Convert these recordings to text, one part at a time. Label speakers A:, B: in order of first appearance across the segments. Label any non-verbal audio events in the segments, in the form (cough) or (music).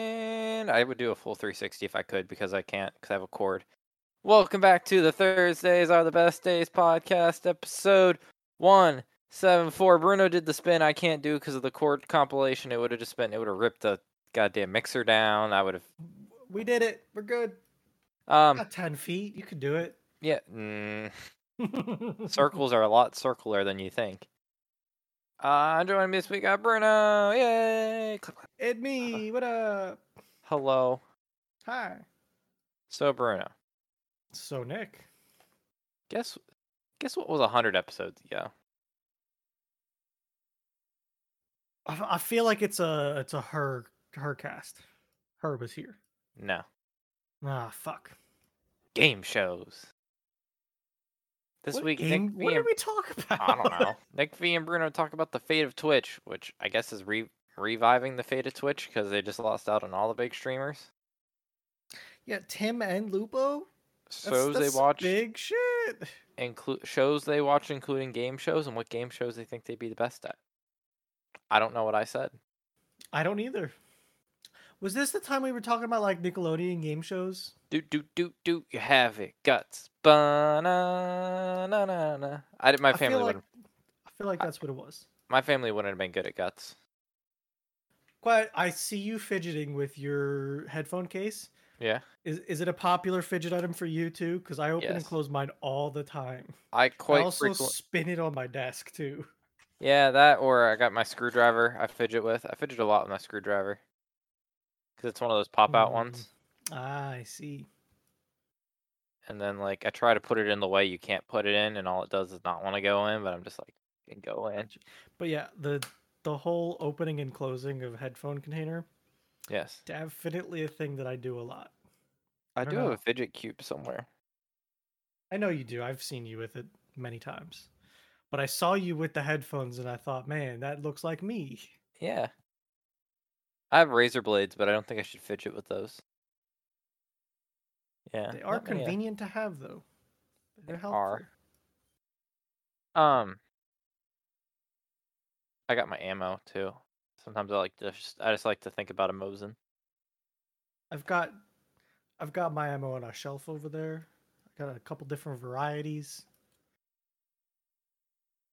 A: weekend, I would do a full 360 if I could because I can't because I have a cord. Welcome back to the Thursdays Are the Best Days podcast, episode 174. Bruno did the spin I can't do because of the cord compilation. It would have just been, it would have ripped the goddamn mixer down. I would have,
B: We did it. We're good. (laughs)
A: um,
B: Not ten feet. You can do it. (laughs)
A: yeah, mm, circles are a lot circular than you think. Uh, I'm joined this week by Bruno. Yay! Click, click.
B: and me. What up?
A: Hello.
B: Hi.
A: So, Bruno,
B: So Nick.
A: guess guess what was 100 episodes ago?
B: I f- I feel like it's a it's a her her cast. Her was here.
A: No.
B: Ah fuck.
A: game shows. This
B: What
A: week,
B: game-
A: Nick V
B: what did
A: and
B: we talk
A: (laughs)
B: about?
A: I don't know. Nick V and Bruno talk about the fate of Twitch, which I guess is re- reviving the fate of Twitch because they just lost out on all the big streamers.
B: (laughs) yeah, Tim and Lupo. That's-
A: Shows
B: that's
A: they watch,
B: Big shit.
A: inclu- shows they watch, including game shows, and what game shows they think they'd be the best at. I don't know what I said.
B: I don't either. Was this the time we were talking about like Nickelodeon game shows?
A: Do do do do. You have it, guts. Ba-na-na-na-na. I did. My
B: I feel
A: family
B: like
A: wouldn't.
B: I feel like
A: I-
B: that's what it was.
A: My family wouldn't have been good at guts.
B: But I see you fidgeting with your headphone case.
A: Yeah.
B: Is is it a popular fidget item for you too? Because I open and
A: Yes.
B: close mine all the time.
A: I quite
B: I also
A: frequently.
B: spin it on my desk too.
A: Yeah, that or I got my screwdriver. I fidget with. I fidget a lot with my screwdriver because it's one of those pop-out
B: Mm.
A: ones.
B: Ah, I see.
A: And then like I try to put it in the way you can't put it in, and all it does is not want to go in. But I'm just like, "Fucking go in.
B: Gotcha. But yeah, the the whole opening and closing of headphone container
A: Yes,
B: definitely a thing that I do a lot.
A: I
B: don't
A: do have
B: know.
A: a fidget cube somewhere.
B: I know you do. I've seen you with it many times. But I saw you with the headphones and I thought, man, that looks like me.
A: Yeah, I have razor blades, but I don't think I should fidget with those. Yeah,
B: They are
A: not many, uh,
B: convenient to have though. They're helpful.
A: are. Um, I got my ammo too. Sometimes I like to just I just like to think about a Mosin.
B: I've got I've got my ammo on a shelf over there. I got a couple different varieties.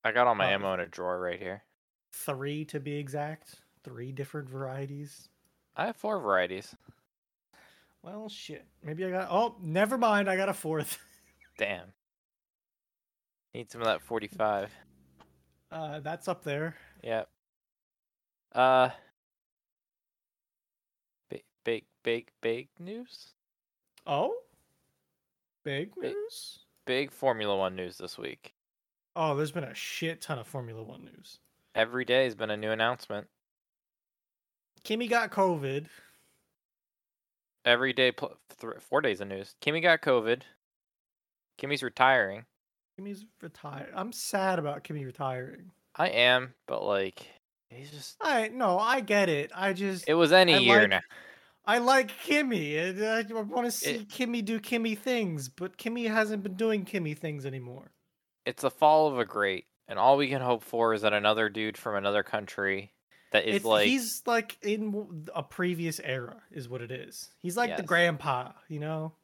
A: I got all my
B: Uh,
A: ammo in a drawer right here.
B: Three to be exact. Three different varieties.
A: I have four varieties.
B: Well shit. Maybe I got oh, never mind, I got a fourth. (laughs)
A: Damn. Need some of that 45.
B: Uh that's up there.
A: Yep. Uh. Big, big, big, big news.
B: Oh? Big
A: Big-
B: news?
A: Big Formula One news this week.
B: Oh, there's been a shit ton of Formula One news.
A: Every day has been a new announcement.
B: Kimmy got COVID.
A: Every day, pl- th- four days of news. Kimmy got COVID. Kimmy's retiring.
B: Kimmy's retired. I'm sad about Kimmy retiring.
A: I am, but like, he's just.
B: I no, I get it. I just
A: It was any
B: I
A: year
B: like-
A: now.
B: I like Kimmy. and I want to see
A: It-
B: Kimmy do Kimmy things, but Kimmy hasn't been doing Kimmy things anymore.
A: it's the fall of a great, and all we can hope for is that another dude from another country that is
B: It's
A: like
B: he's like in w- a previous era, is what it is. He's like the
A: Yes.
B: grandpa, you know.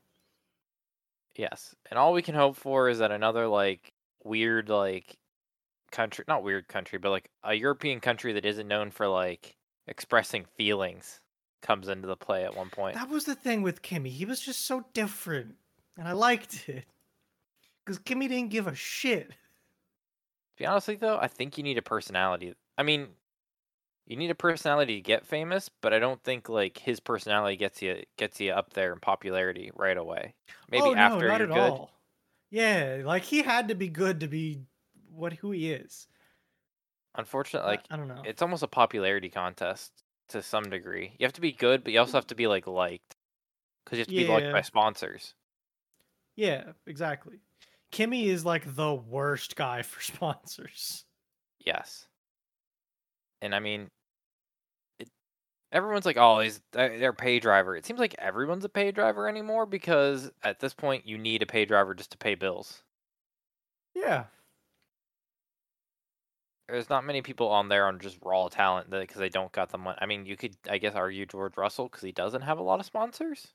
A: yes, and all we can hope for is that another like weird like country, not weird country, but like a European country that isn't known for like expressing feelings comes into the play at one point.
B: That was the thing with Kimmy. He was just so different, and I liked it because Kimmy didn't give a shit.
A: To be honest with you, though, I think you need a personality. I mean, you need a personality to get famous, but I don't think like his personality gets you gets you up there in popularity right away. Maybe
B: oh,
A: after
B: no, not
A: you're
B: at
A: good.
B: all. Yeah, like he had to be good to be what who he is. I-
A: Unfortunately, like
B: I, don't know.
A: it's almost a popularity contest to some degree. You have to be good, but you also have to be like liked because you have to be liked by
B: Mm. Yeah.
A: sponsors.
B: Yeah, exactly. Kimmy is like the worst guy (laughs) for sponsors.
A: Yes, and I mean, it, everyone's like, "Oh, he's th- they're a pay driver." It seems like everyone's a pay driver anymore because at this point, you need a pay driver just to pay bills.
B: Yeah.
A: there's not many people on there on just raw talent because they don't got the money. I mean, you could, I guess, argue George Russell because he doesn't have a lot of sponsors.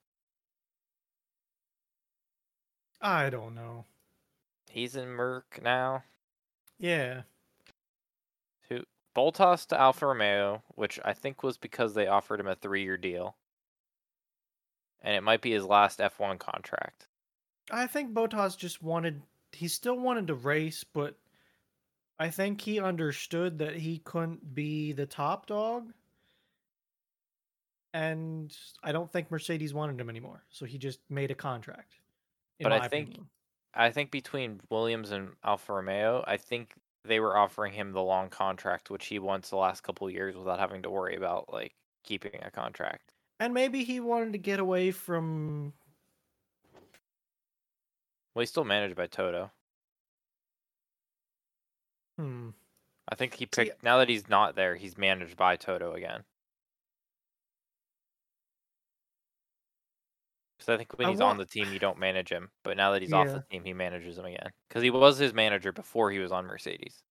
B: I don't know.
A: He's in Merck now.
B: Yeah.
A: Boltas to Alfa Romeo, which I think was because they offered him a three-year deal, and it might be his last F1 contract.
B: I think Botas just wanted he still wanted to race, but I think he understood that he couldn't be the top dog. And I don't think Mercedes wanted him anymore. So he just made a contract. in
A: But I
B: my
A: think-
B: opinion.
A: I think between Williams and Alfa Romeo, I think they were offering him the long contract, which he wants the last couple years without having to worry about like keeping a contract.
B: And maybe he wanted to get away from
A: Well, he's still managed by Toto.
B: hmm.
A: I think he
B: See-
A: picked now that he's not there, he's managed by Toto again. Because I think when
B: I
A: he's on
B: want-
A: the team, you don't manage him, but now that he's off
B: Yeah.
A: the team, he manages him again. Because he was his manager before he was on Mercedes.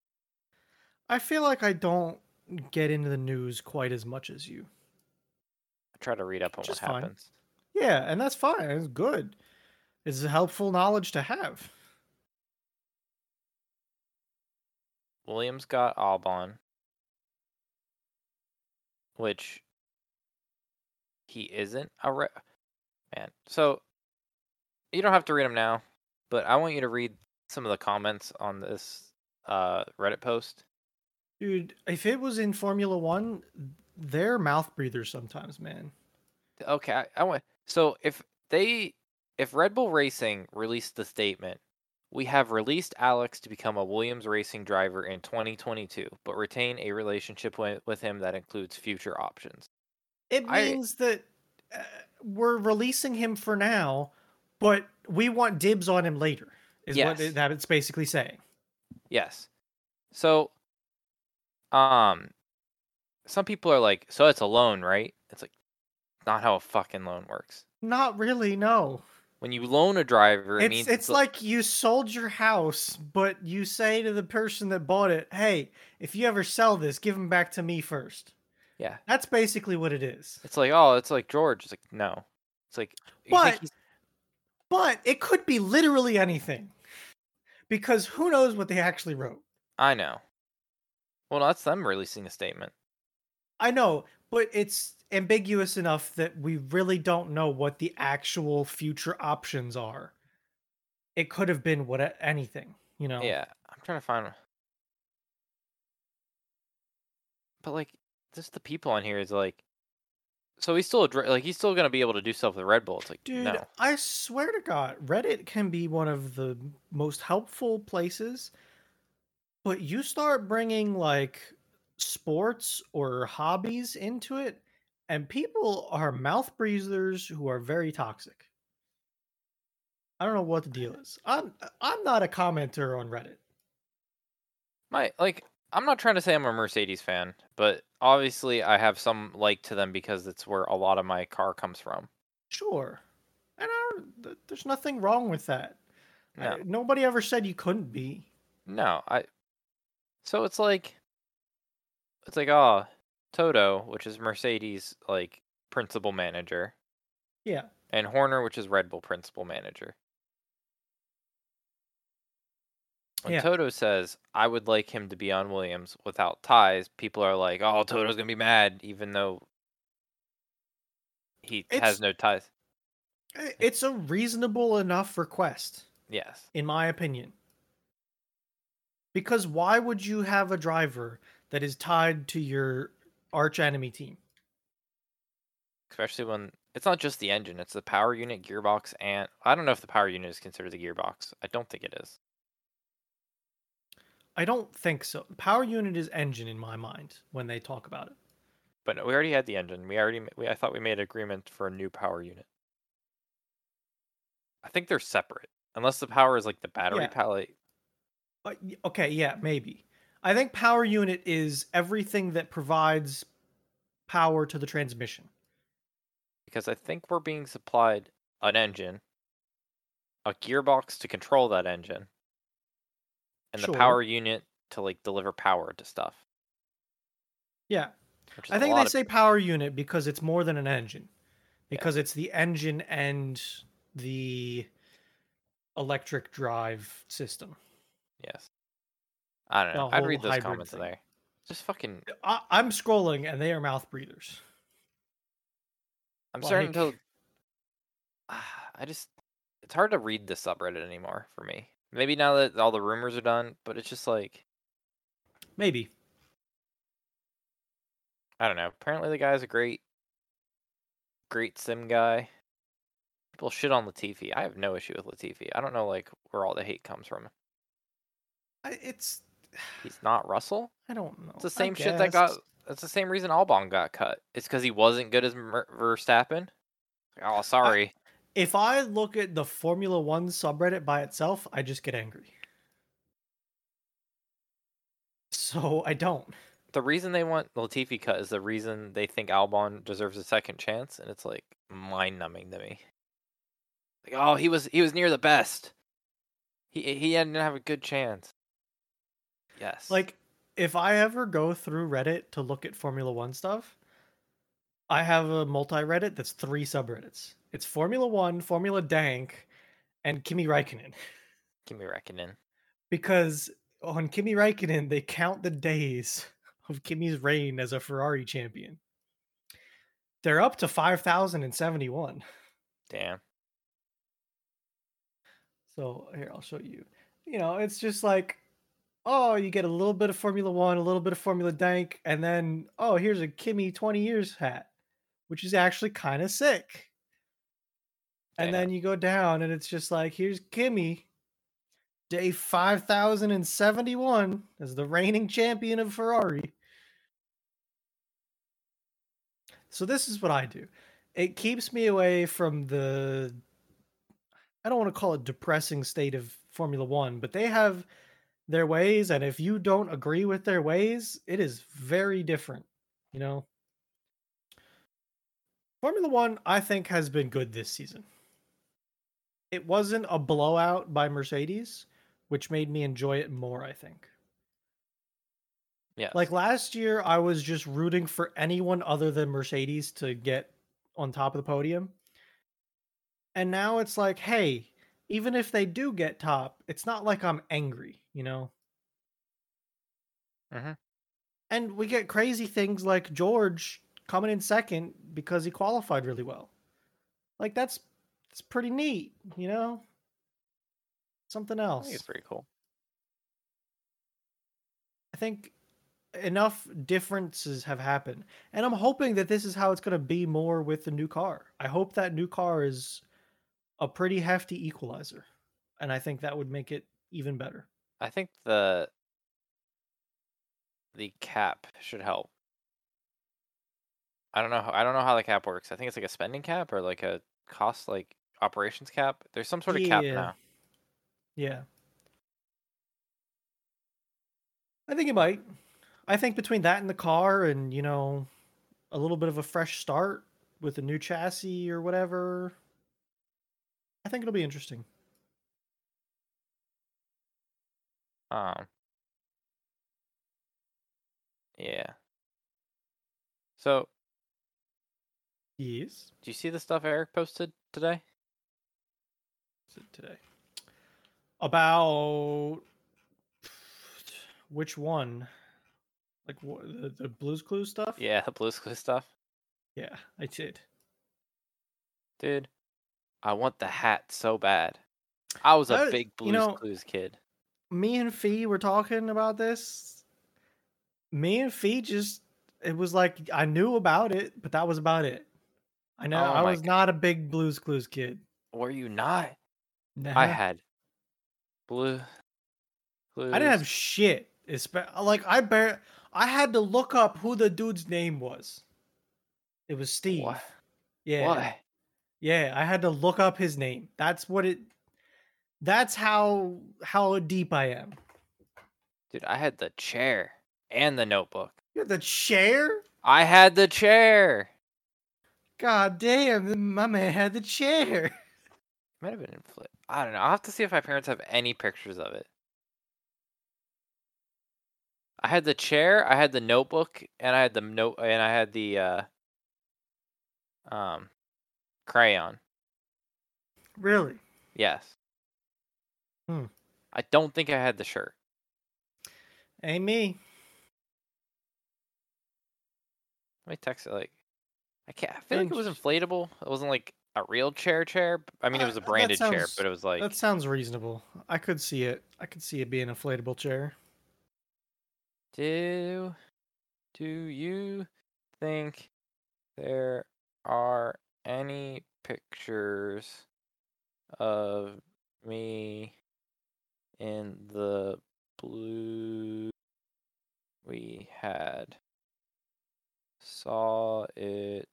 B: I feel like I don't get into the news quite as much as you.
A: I try to read up on
B: Which is
A: what
B: fine.
A: happens.
B: Yeah, and that's fine. It's good. It's helpful knowledge to have.
A: Williams got Albon, which he isn't a re- man. So you don't have to read them now, but I want you to read some of the comments on this uh, Reddit post.
B: Dude, if it was in Formula One, they're mouth breathers sometimes, man.
A: Okay, I, I want so if they if Red Bull Racing released the statement, we have released Alex to become a Williams Racing driver in 2022, but retain a relationship with, with him that includes future options.
B: It
A: I-
B: means that uh, we're releasing him for now, but we want dibs on him later. Is
A: Yes.
B: what it, that it's basically saying.
A: Yes. So, um, some people are like, so it's a loan, right? It's like, not how a fucking loan works.
B: Not really, no.
A: When you loan a driver, it
B: It's
A: means
B: it's, like you sold your house, but you say to the person that bought it, "Hey, if you ever sell this, give them back to me first.
A: yeah,
B: That's basically what it is.
A: it's like, oh, it's like George. It's like, no, it's like, you think
B: But-
A: he's-
B: But it could be literally anything, because who knows what they actually wrote.
A: I know. Well, that's them releasing a statement.
B: I know, but it's ambiguous enough that we really don't know what the actual future options are. It could have been what anything, you know.
A: Yeah, I'm trying to find. But like, just the people on here is like, so he's still a, dri- like he's still gonna be able to do stuff with Red Bull. It's like,
B: Dude,
A: no,
B: I swear to God, Reddit can be one of the most helpful places. But you start bringing like sports or hobbies into it, and people are mouth breathers who are very toxic. I don't know what the deal is. I'm I'm not a commenter on Reddit.
A: My like I'm not trying to say I'm a Mercedes fan, but obviously I have some like to them because it's where a lot of my car comes from.
B: Sure. And I don't, th- there's nothing wrong with that. I-
A: No.
B: nobody ever said you couldn't be.
A: No, I So it's like it's like ah Toto, which is Mercedes like principal manager,
B: Yeah.
A: and Horner, which is Red Bull principal manager. When
B: Yeah.
A: Toto says, I would like him to be on Williams without ties, people are like, oh, Toto's going to be mad, even though he
B: It's-
A: has no ties.
B: I- It's a reasonable enough request,
A: Yes.
B: in my opinion. Because why would you have a driver that is tied to your arch enemy team?
A: especially when it's not just the engine; it's the power unit, gearbox, and I don't know if the power unit is considered the gearbox. I don't think it is.
B: I don't think so. Power unit is engine in my mind when they talk about it.
A: But we already had the engine. We already. ma- We, I thought we made agreement for a new power unit. I think they're separate, unless the power is like the battery
B: Yeah.
A: pallet.
B: But, y- okay, yeah, maybe. I think power unit is everything that provides power to the transmission.
A: Because I think we're being supplied an engine, a gearbox to control that engine, and the
B: Sure.
A: power unit to like deliver power to stuff.
B: Yeah.
A: which is
B: I
A: a
B: think
A: lot
B: they
A: of-
B: say power unit because it's more than an engine,
A: Yeah.
B: because it's the engine and the electric drive system.
A: yes. I don't know.
B: the
A: I'd
B: whole
A: read those
B: hybrid
A: comments
B: thing.
A: there. Just fucking.
B: I, I'm scrolling and they are mouth breathers.
A: I'm starting
B: Like-
A: to. Ah, (sighs) I just. It's hard to read the subreddit anymore for me. Maybe now that all the rumors are done, but it's just like
B: Maybe.
A: I don't know. Apparently the guy's a great, great sim guy. People shit on Latifi. I have no issue with Latifi. I don't know like where all the hate comes from.
B: I, it's.
A: He's not Russell.
B: I don't know.
A: It's the
B: I
A: same shit that got.
B: guess.
A: That's the same reason Albon got cut. It's because he wasn't good as Mer- Verstappen. Oh, sorry.
B: If I look at the Formula One subreddit by itself, I just get angry. So I don't.
A: the reason they want Latifi cut is the reason they think Albon deserves a second chance, and it's like mind numbing to me. Like, oh, he was he was near the best. He he didn't have a good chance. Yes.
B: Like, if I ever go through Reddit to look at Formula One stuff, I have a multi Reddit that's three subreddits. It's Formula One, Formula Dank, and Kimi Raikkonen.
A: Kimi Räikkönen.
B: Because on Kimi Raikkonen, they count the days (laughs) of Kimi's reign as a Ferrari champion. They're up to 5,071.
A: Damn.
B: So here, I'll show you. You know, it's just like, oh, you get a little bit of Formula One, a little bit of Formula Dank, and then, oh, here's a Kimmy 20 years hat, which is actually kind of sick. And
A: Damn.
B: then you go down, and it's just like, here's Kimmy, day 5071, as the reigning champion of Ferrari. So this is what I do. It keeps me away from the I don't want to call it depressing state of Formula 1, but they have their ways and if you don't agree with their ways, it is very different, you know. Formula 1 I think has been good this season. It wasn't a blowout by Mercedes, which made me enjoy it more, I think.
A: Yeah.
B: Like last year, I was just rooting for anyone other than Mercedes to get on top of the podium. And now it's like, hey, even if they do get top, it's not like I'm angry, you know?
A: Mhm.
B: And we get crazy things like George coming in second because he qualified really well. Like that's that's pretty neat, you know? Something
A: I
B: else.
A: think it's pretty cool.
B: I think enough differences have happened. And I'm hoping that this is how it's going to be more with the new car. I hope that new car is a pretty hefty equalizer. And I think that would make it even better.
A: I think the the cap should help. I don't know. How, I don't know how the cap works. I think it's like a spending cap or like a cost like operations cap. There's some sort of cap
B: Yeah.
A: now.
B: Yeah. I think it might. I think between that and the car and, you know, a little bit of a fresh start with a new chassis or whatever, I think it'll be interesting.
A: Um. Yeah. So,
B: Yes.
A: do you see the stuff Eric posted today?
B: Is it today? About which one? Like what, the, the Blues Clues stuff?
A: Yeah, the Blue's Clues stuff,
B: Yeah, I did.
A: dude. I want the hat so bad. I was a
B: That-
A: big
B: you
A: Blue's
B: know-
A: Clues kid.
B: Me and Fee were talking about this. Me and Fee just, it was like I knew about it, but that was about it. I know
A: Oh
B: I
A: my
B: was
A: g-
B: not a big Blues Clues kid.
A: Were you not? I
B: Nah.
A: had blue. Blues.
B: I didn't have shit. Espe- Like I bar- I had to look up who the dude's name was. It was Steve.
A: What?
B: Yeah.
A: Why?
B: Yeah, I had to look up his name. That's what it. That's how how deep I am.
A: Dude, I had the chair and the notebook.
B: You had the chair.
A: I had the chair.
B: God damn, my man had the chair. (laughs)
A: Might have been in flip. I don't know. I'll have to see if my parents have any pictures of it. I had the chair, I had the notebook, and I had the note, and I had the uh, um, crayon.
B: Really?
A: Yes.
B: Hmm.
A: I don't think I had the shirt.
B: Hey, me.
A: Let me text it. Like, I can't. I feel like it was
B: Bunch.
A: inflatable. It wasn't like a real chair chair. b- I mean, it
B: Uh,
A: was a
B: that
A: branded chair,
B: sounds-
A: but it was like
B: that sounds reasonable. I could see it. I could see it being an inflatable chair.
A: Do do you think there are any pictures of me in the blue we had? Saw it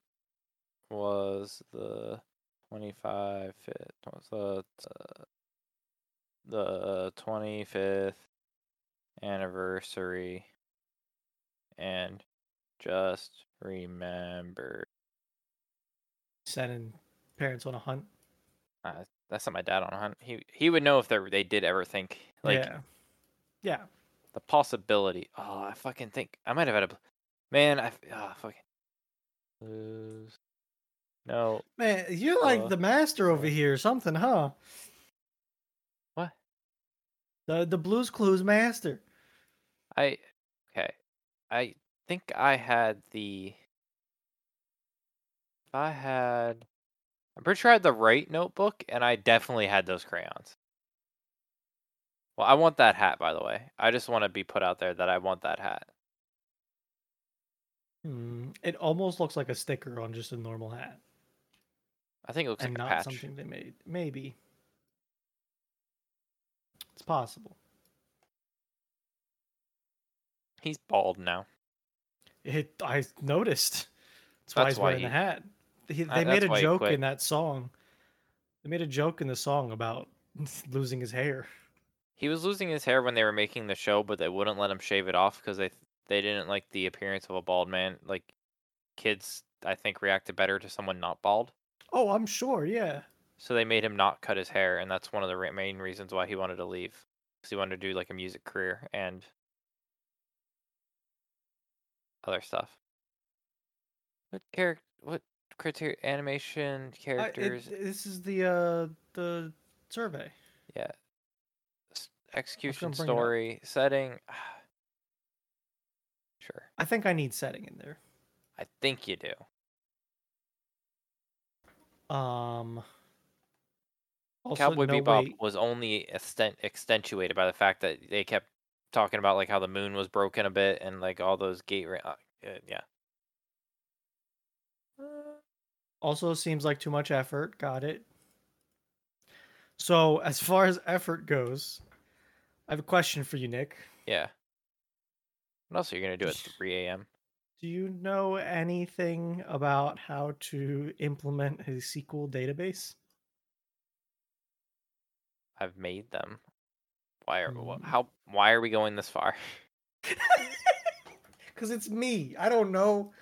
A: was the 25th, was the, the 25th anniversary and just remember.
B: Sending parents on a hunt.
A: Uh, that's not my dad on a hunt. He he would know if they they did ever think like
B: yeah. Yeah.
A: the possibility. Oh, I fucking think I might have had a bl- man. I f- ah fucking lose. No,
B: Man, you're like
A: Uh,
B: the master over here, or something, huh?
A: What?
B: The the Blues Clues master.
A: I okay. I think I had the. If I had, I'm pretty sure I had the right notebook, and I definitely had those crayons. Well, I want that hat, by the way. I just want to be put out there that I want that hat.
B: Hmm. It almost looks like a sticker on just a normal hat,
A: I think it looks
B: and
A: like
B: not
A: a patch.
B: something they made. Maybe it's possible.
A: He's bald now.
B: It I noticed. That's why
A: That's
B: he's
A: why
B: wearing the
A: he-
B: hat. He,
A: Uh,
B: they made
A: that's why
B: a
A: he
B: joke
A: quit.
B: in that song. They made a joke in the song about (laughs) losing his hair.
A: He was losing his hair when they were making the show, but they wouldn't let him shave it off because they they didn't like the appearance of a bald man. Like kids, I think reacted better to someone not bald.
B: Oh, I'm sure. Yeah.
A: So they made him not cut his hair, and that's one of the re- main reasons why he wanted to leave, because he wanted to do like a music career and other stuff. What character? What criteria? Animation
B: I- Uh, it-
A: characters?
B: this is the uh the survey.
A: s- execution
B: bring it up.
A: story setting. (sighs) sure,
B: I think I need setting in there.
A: I think you do.
B: Um. Also,
A: Cowboy
B: no,
A: Bebop
B: wait.
A: was only exten- extenuated by the fact that they kept talking about like how the moon was broken a bit and like all those gate. Ra- uh, uh, yeah.
B: Also, seems like too much effort. Got it. So, as far as effort goes, I have a question for you, Nick.
A: Yeah. What else are you gonna do at three AM?
B: Do you know anything about how to implement a SQL database? (laughs)
A: I've made them. Why are wha-
B: Mm.
A: how why are we going this far? (laughs)
B: Because it's me. I don't know.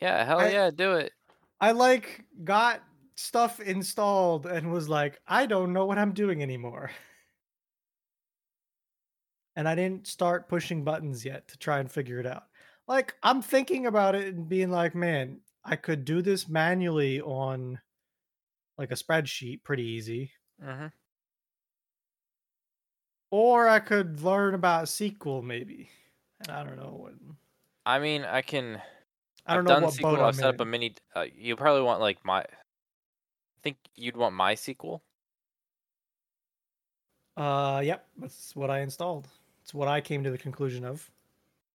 A: Yeah, hell
B: I-
A: yeah, do it.
B: I like got stuff installed and was like, I don't know what I'm doing anymore. And I didn't start pushing buttons yet to try and figure it out. Like, I'm thinking about it and being like, man, I could do this manually on like a spreadsheet pretty easy.
A: Mm-hmm.
B: Or I could learn about SQL maybe. And I don't know what
A: I mean, I can.
B: I
A: have
B: don't know
A: done
B: what
A: SQL,
B: boat
A: I've
B: I'm
A: set up a
B: in.
A: mini. Uh, you probably want like my. I think you'd want my SQL.
B: Uh yep, that's what I installed. It's what I came to the conclusion of.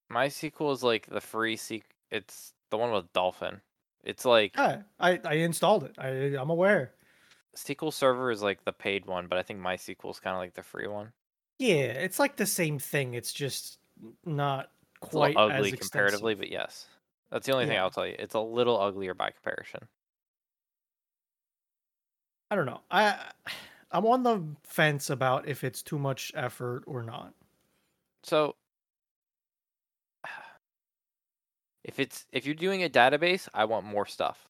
A: My SQL is like the free sequ. It's the one with Dolphin. It's like
B: Yeah, Oh, I, I installed it. I I'm aware.
A: SQL Server is like the paid one, but I think my SQL is kind of like the free one.
B: Yeah, it's like the same thing. It's just n- not
A: It's a little
B: quite
A: ugly
B: as
A: comparatively, but
B: extensive.
A: yes, that's the only thing
B: Yeah.
A: I'll tell you. It's a little uglier by comparison.
B: I don't know. I I'm on the fence about if it's too much effort or not.
A: So (sighs) if it's if you're doing a database, I want more stuff.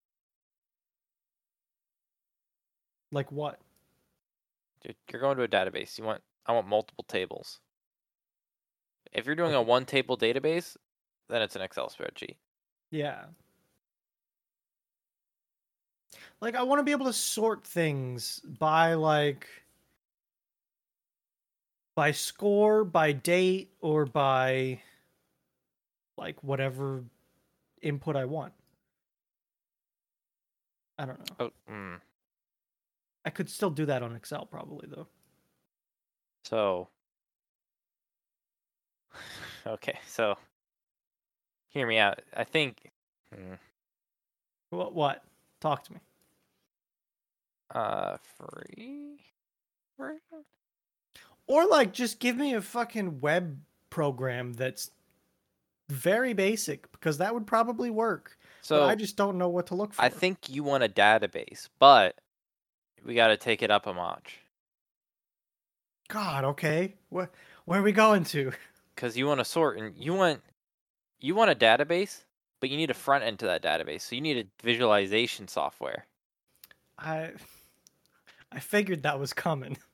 B: Like what?
A: You're- You're going to a database. You want I want multiple tables. If you're doing a one table database, then it's an Excel spreadsheet.
B: Yeah. Like I want to be able to sort things by like by score, by date, or by like whatever input I want. I don't know.
A: Oh, mm.
B: I could still do that on Excel probably though.
A: so. (laughs) Okay, so. Hear me out. I think. mm,
B: What what? Talk to me.
A: Uh, free. version?
B: Or like just give me a fucking web program that's very basic because that would probably work.
A: So
B: but I just don't know what to look for.
A: I think you want a database, but we got to take it up a notch
B: God, okay. Where where are we going to? (laughs)
A: because you want to sort and you want you want a database, but you need a front end to that database. So you need a visualization software.
B: I I figured that was coming. (laughs)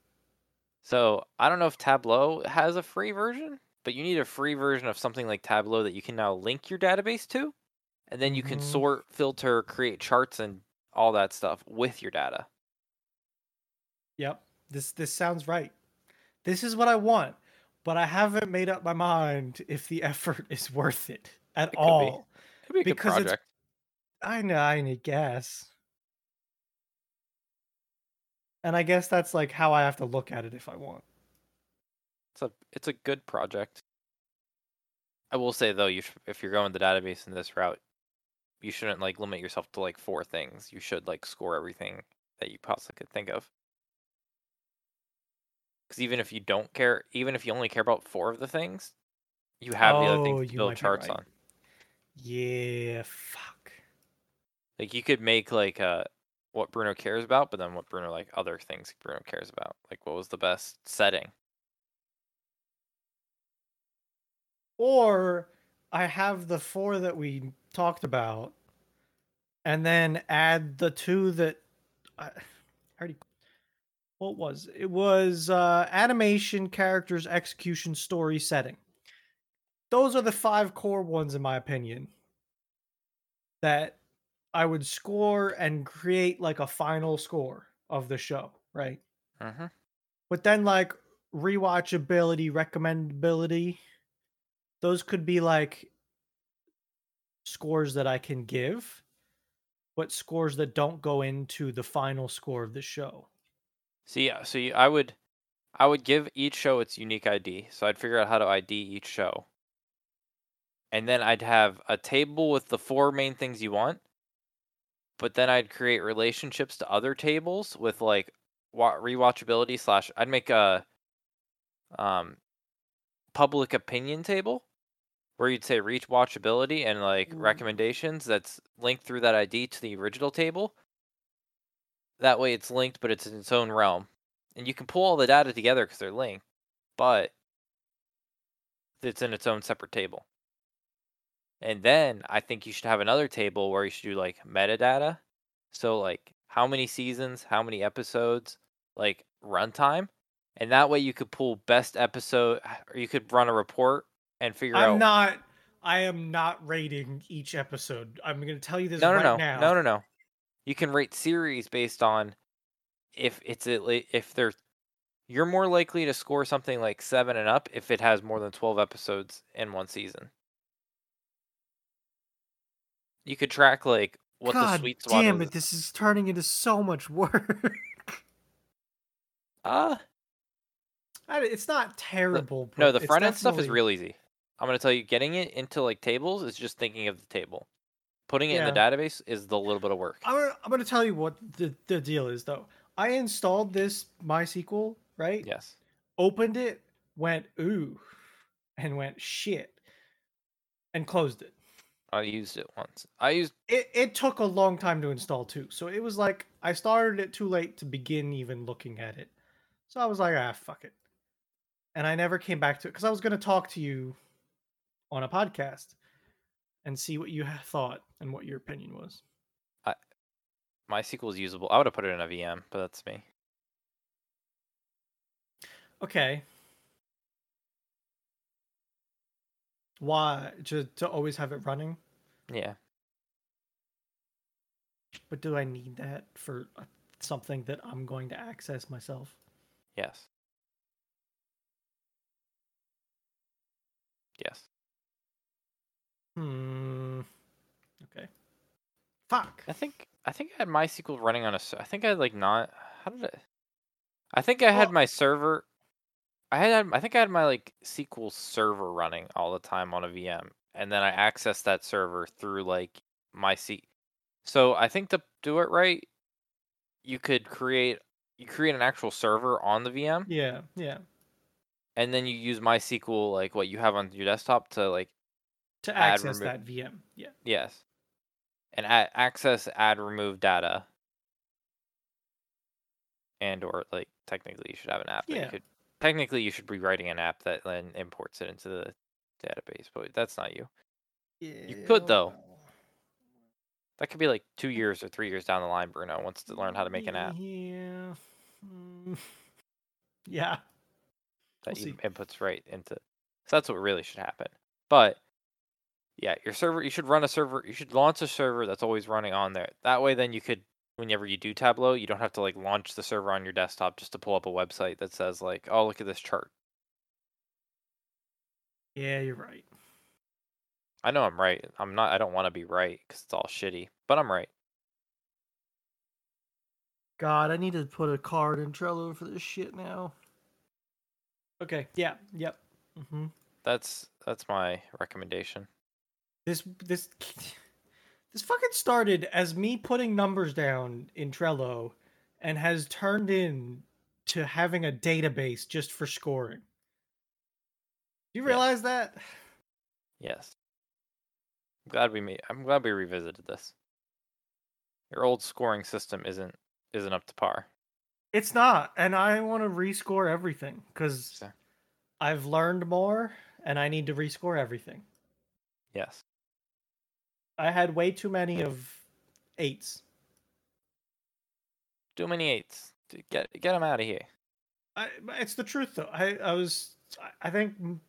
A: So I don't know if Tableau has a free version, but you need a free version of something like Tableau that you can now link your database to, and then you can
B: Mhm.
A: sort, filter, create charts, and all that stuff with your data.
B: Yep. This this sounds right. This is what I want, but I haven't made up my mind if the (laughs) effort is worth it at
A: It could be.
B: all.
A: It'd be a
B: Because
A: good
B: it's-
A: project.
B: I know I need gas. And I guess that's like how I have to look at it if I want.
A: It's a it's a good project. I will say though, you sh- if you're going the database in this route, you shouldn't like limit yourself to like four things. You should like score everything that you possibly could think of. Because even if you don't care, even if you only care about four of the things, you have the other
B: Oh,
A: things
B: you
A: to build
B: might be
A: charts
B: right.
A: on.
B: Yeah, fuck.
A: Like you could make like uh what Bruno cares about, but then what Bruno like other things Bruno cares about. Like what was the best setting?
B: Or I have the four that we talked about, and then add the two that I I already. What was it? It was uh, animation, characters, execution, story, setting. Those are the five core ones, in my opinion, that I would score and create like a final score of the show, right?
A: Mm-hmm.
B: But then like rewatchability, recommendability, those could be like scores that I can give, but scores that don't go into the final score of the show.
A: See, yeah, so you, I would, I would give each show its unique ID. So I'd figure out how to ID each show, and then I'd have a table with the four main things you want. But then I'd create relationships to other tables with like wa- rewatchability slash. I'd make a, um, public opinion table, where you'd say reach watchability and like
B: Ooh.
A: recommendations. That's linked through that ID to the original table. That way, it's linked, but it's in its own realm and you can pull all the data together because they're linked, but it's in its own separate table. And then I think you should have another table where you should do like metadata. So, like, how many seasons, how many episodes, like runtime. And that way you could pull best episode, or you could run a report and figure out.
B: I'm not I am not rating each episode. I'm gonna tell you this
A: no, no,
B: right
A: no,
B: now.
A: no, no, no. You can rate series based on if it's at le- if they're you're more likely to score something like seven and up if it has more than twelve episodes in one season. You could track like what the
B: God
A: sweet spot
B: damn
A: is.
B: it, this is turning into so much (laughs) work.
A: Ah,
B: I- it's not terrible.
A: no,
B: but
A: the
B: it's
A: front end stuff is
B: definitely-
A: real easy. I'm gonna tell you, getting it into like tables is just thinking of the table. Putting it in the database is the little bit of work.
B: I'm gonna, I'm gonna tell you what the, the deal is though. I installed this MySQL, right?
A: yes.
B: Opened it, went ooh, and went shit, and closed it.
A: I used it once. I used
B: It it took a long time to install too, so it was like I started it too late to begin even looking at it. So I was like, ah, fuck it, and I never came back to it because I was gonna talk to you on a podcast and see what you ha- thought and what your opinion was.
A: MySQL is usable. I would have put it in a VM, but that's me.
B: Okay. Why to to always have it running?
A: Yeah.
B: But do I need that for uh, something that I'm going to access myself?
A: Yes. Yes.
B: Hmm. Okay. Fuck.
A: I think I think I had MySQL running on a. s- I think I had like not. How did I? I think I had
B: Well-
A: my server. I had I think I had my like SQL server running all the time on a VM, and then I accessed that server through like my C. So I think to do it right, you could create you create an actual server on the VM,
B: Yeah. Yeah.
A: and then you use MySQL like what you have on your desktop to like
B: To
A: Add
B: access
A: remove-
B: that VM. Yeah.
A: yes, and a- access add remove data, and or like technically you should have an app. That
B: Yeah.
A: you could, technically you should be writing an app that then imports it into the database, but that's not you. You could, though. That could be like two years or three years down the line, Bruno wants to learn how to make an app
B: Yeah. Mm. (laughs) Yeah.
A: that
B: We'll
A: you
B: see.
A: inputs right into. So that's what really should happen. But yeah, your server, you should run a server, you should launch a server that's always running on there. That way, then you could, whenever you do Tableau, you don't have to like launch the server on your desktop just to pull up a website that says, like, oh, look at this chart.
B: Yeah, you're right.
A: I know I'm right. I'm not, I don't want to be right because it's all shitty, but I'm right.
B: God, I need to put a card in Trello for this shit now. Okay. Yeah. Yep. Mm-hmm.
A: That's, that's my recommendation.
B: This this (laughs) this fucking started as me putting numbers down in Trello, and has turned in to having a database just for scoring. Do you
A: Yeah.
B: realize that?
A: Yes. I'm glad we made, I'm glad we revisited this. Your old scoring system isn't, isn't up to par.
B: It's not, and I want to rescore everything because
A: Sure.
B: I've learned more, and I need to rescore everything.
A: Yes.
B: I had way too many of eights.
A: Too many eights. Dude, Get get them out of here.
B: I, but it's the truth though. I, I was I- I think m-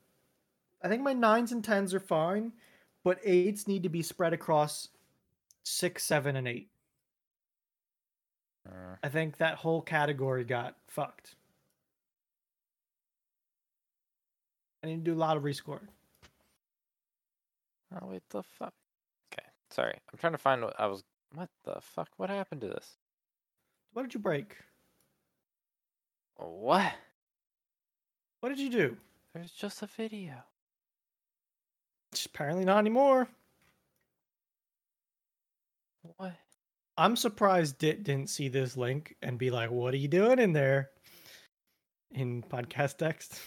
B: I think my nines and tens are fine, but eights need to be spread across six, seven, and eight.
A: Uh,
B: I think that whole category got fucked. I need to do a lot of rescoring.
A: oh wait, the fuck. Okay, sorry. I'm trying to find what I was. What the fuck? What happened to this?
B: What did you break?
A: What?
B: What did you do?
A: There's just a video.
B: Apparently not anymore.
A: What?
B: I'm surprised Dit didn't see this link and be like, "What are you doing in there?" In podcast text.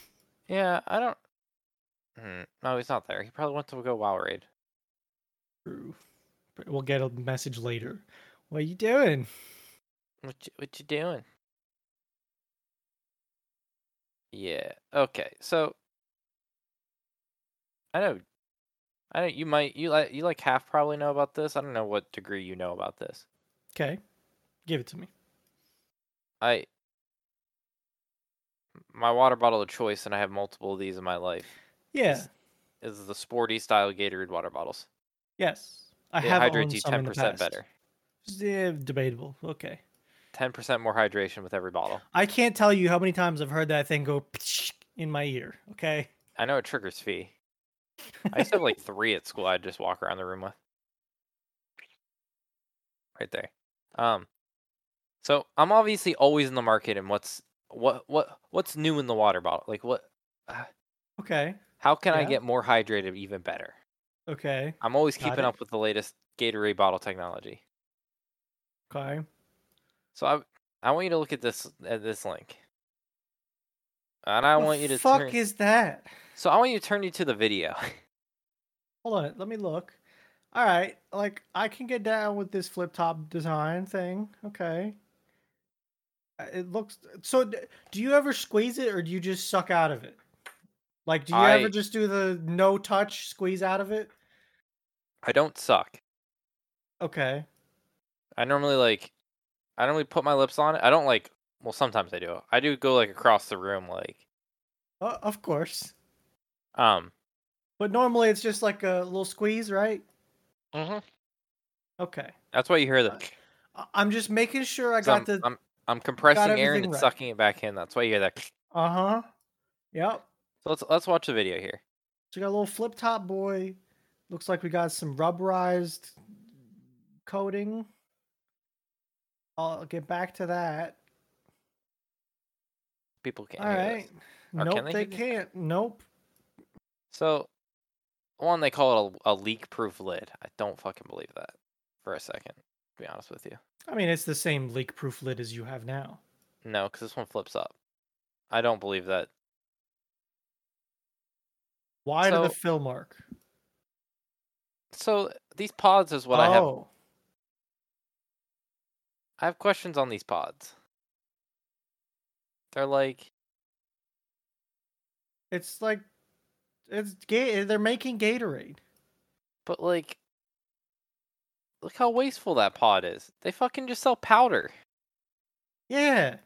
A: Yeah, I don't. Hmm, no, he's not there. He probably went to go WoW raid.
B: True. But we'll get a message later. What you doing?
A: What you, what you doing? Yeah. Okay. So I know I know you might you like you like half probably know about this. I don't know what degree you know about this.
B: Okay. Give it to me.
A: I my water bottle of choice, and I have multiple of these in my life,
B: Yeah.
A: Yes. is the sporty style Gatorade water bottles.
B: Yes. I
A: It
B: have
A: hydrates
B: owned
A: you
B: some in
A: ten
B: the
A: percent
B: past.
A: better,
B: Yeah, debatable. Okay.
A: ten percent more hydration with every bottle.
B: I can't tell you how many times I've heard that thing go (laughs) in my ear. Okay.
A: I know it triggers fee. I used to have
B: (laughs)
A: like three at school. I'd just walk around the room with. Right there. Um, so I'm obviously always in the market, and what's what what what's new in the water bottle? Like what?
B: Okay.
A: How can I
B: Yeah.
A: get more hydrated even better?
B: Okay.
A: I'm always
B: Got
A: keeping
B: it.
A: up with the latest Gatorade bottle technology.
B: Okay.
A: So I I want you to look at this at this link. And I
B: The
A: want you to
B: fuck
A: turn,
B: is that?
A: So I want you to turn you to the video. (laughs)
B: Hold on. Let me look. All right. Like I can get down with this flip top design thing. Okay. Uh, It looks so. d- Do you ever squeeze it or do you just suck out of it? Like, do you
A: I-
B: ever just do the no touch squeeze out of it?
A: I don't suck.
B: Okay.
A: I normally like I normally put my lips on it. I don't like well sometimes I do. I do go like across the room like
B: Uh, of course.
A: um
B: But normally it's just like a little squeeze, right?
A: Mm-hmm.
B: Okay.
A: That's why you hear the.
B: Right. I- I'm just making sure I
A: 'cause
B: got
A: I'm,
B: the
A: I'm, I'm compressing air and
B: everything
A: then
B: right.
A: sucking it back in. That's why you hear that. So
B: uh huh. Yep.
A: let's let's watch the video here.
B: So we got a little flip top boy. Looks like we got some rubberized coating. I'll get back to that.
A: People can't.
B: All
A: hear this.
B: right.
A: Or can
B: Nope,
A: they
B: they
A: hear this?
B: can't. Nope.
A: So, one they call it a, a leak-proof lid. I don't fucking believe that for a second. To be honest with you,
B: I mean, it's the same leak proof lid as you have now.
A: no, because this one flips up. I don't believe that.
B: Why do the
A: So-
B: fill mark?
A: So these pods is what
B: oh,
A: I have. I have questions on these pods. They're like
B: it's like it's Ga- they're making Gatorade.
A: But like, look how wasteful that pod is. They fucking just sell powder.
B: Yeah.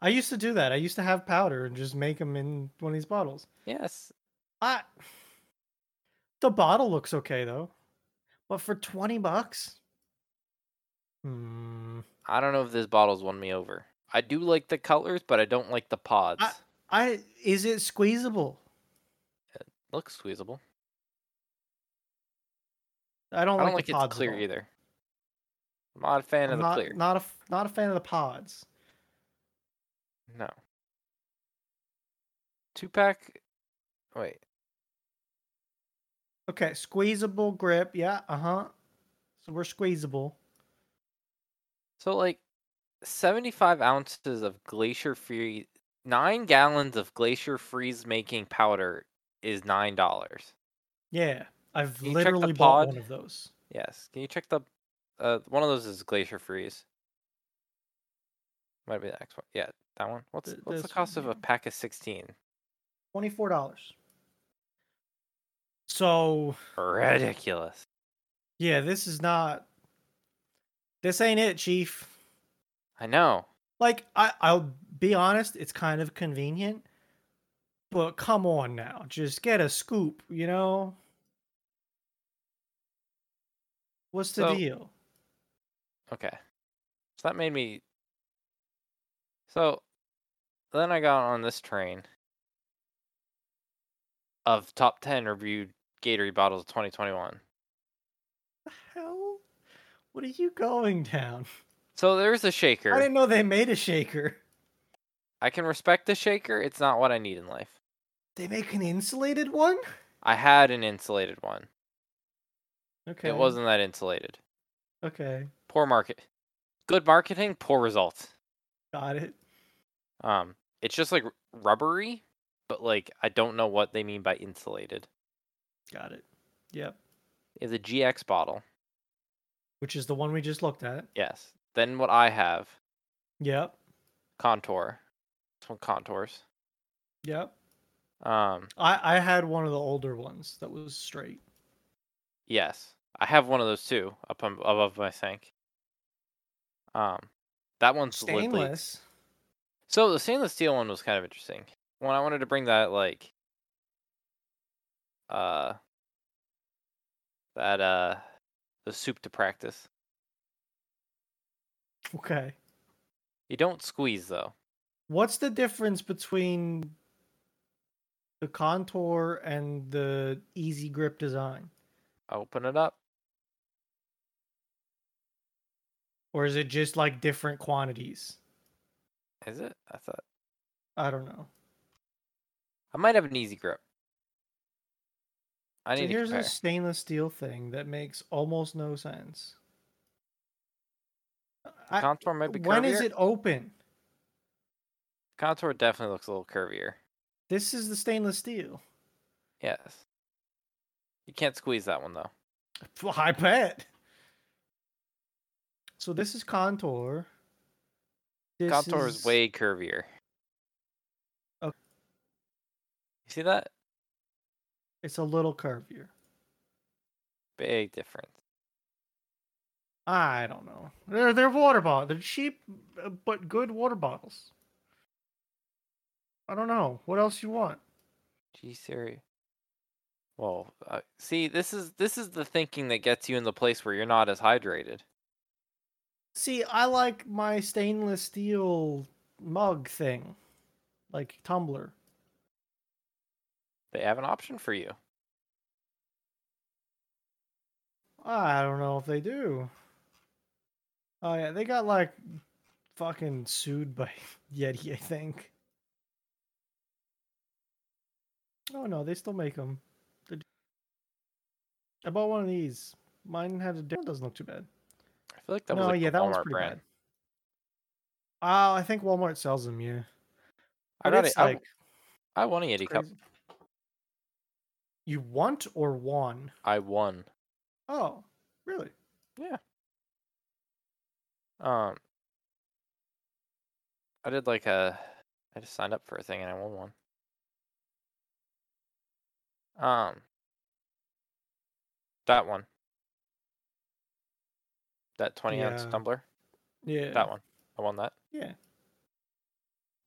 B: I used to do that. I used to have powder and just make them in one of these bottles.
A: Yes,
B: I The bottle looks okay though. But for 20 bucks? Hmm.
A: I don't know if this bottle's won me over. I do like the colors, but I don't like the pods.
B: I is it squeezable?
A: Looks squeezable.
B: I don't
A: I
B: like,
A: don't like
B: the
A: it's
B: pods at
A: clear
B: all.
A: either. I'm not a fan
B: I'm
A: of the
B: not,
A: clear.
B: not a f- not a fan of the pods.
A: No. Two pack. Wait.
B: Okay, squeezable grip. Yeah, uh-huh. So we're squeezable.
A: So like, seventy-five ounces of glacier free, nine gallons of glacier freeze making powder is nine dollars.
B: Yeah, I've
A: Can you check the
B: literally bought
A: pod?
B: one of those.
A: Yes. Can you check the uh one of those is glacier freeze. Might be the next one. Yeah, that one. What's
B: Th-
A: what's the
B: this one,
A: cost of a
B: yeah.
A: pack of sixteen?
B: Twenty-four dollars. So
A: Ridiculous.
B: yeah, this is not. This ain't it, Chief.
A: I know.
B: Like I, I'll be honest, it's kind of convenient, but come on now, just get a scoop. You know. What's the
A: So-
B: deal?
A: Okay. So that made me So then I got on this train of top ten reviewed Gatorade bottles of twenty twenty one.
B: The hell? What are you going down?
A: So there's a shaker.
B: I
A: I,
B: didn't know they made a shaker.
A: can respect the shaker, it's not what I need in life.
B: They make an insulated one.
A: I had an insulated one.
B: Okay.
A: It wasn't that insulated.
B: Okay.
A: poor market good marketing poor results
B: Got it.
A: um it's just like r- rubbery but like i don't know what they mean by insulated
B: Got it. Yep.
A: is a gx bottle
B: Which is the one we just looked at.
A: yes then what i have
B: Yep.
A: contour this one contours
B: Yep.
A: um
B: I I had one of the older ones that was straight.
A: yes i have one of those too up on, above my sink um that one's lid leak.
B: Stainless.
A: So the stainless steel one was kind of interesting. When I wanted to bring that like uh that uh the soup to practice.
B: Okay.
A: You don't squeeze though.
B: What's the difference between the contour and the easy grip design?
A: I open it up.
B: Or is it just like different quantities?
A: Is it? I thought
B: I don't know.
A: I might have an easy grip. I
B: So
A: need
B: here's
A: to compare.
B: a stainless steel thing that makes almost no sense. I-
A: Contour might be curvier.
B: when is it open?
A: Contour definitely looks a little curvier.
B: This is the stainless steel. (laughs)
A: Yes. You can't squeeze that one though.
B: Well, I bet. So this is contour. This
A: Contour is way curvier.
B: Ok-
A: You see that?
B: It's a little curvier.
A: Big difference.
B: I don't know. They're they're water bottles. They're cheap, uh, but good water bottles. I don't know what else you want.
A: G series. Well, uh, see, this is this is the thinking that gets you in the place where you're not as hydrated.
B: See, I like my stainless steel mug thing, like tumbler.
A: They have an option for you.
B: I don't know if they do. Oh yeah, they got like fucking sued by (laughs) Yeti, I think. Oh no, they still make them. I bought one of these. Mine had a different. Doesn't look too bad.
A: I feel like that
B: no,
A: was like
B: yeah,
A: a
B: that one's
A: Walmart
B: pretty
A: brand.
B: bad. Uh, I think Walmart sells them. Yeah,
A: I
B: But
A: got it.
B: it's
A: I,
B: like
A: I won a Yeti cup.
B: crazy. You want or won?
A: I won.
B: Oh, really?
A: Um, I did like a. I just signed up for a thing and I won one. Um, that one. That twenty ounce
B: Yeah.
A: tumbler.
B: Yeah.
A: That one. I won that.
B: Yeah.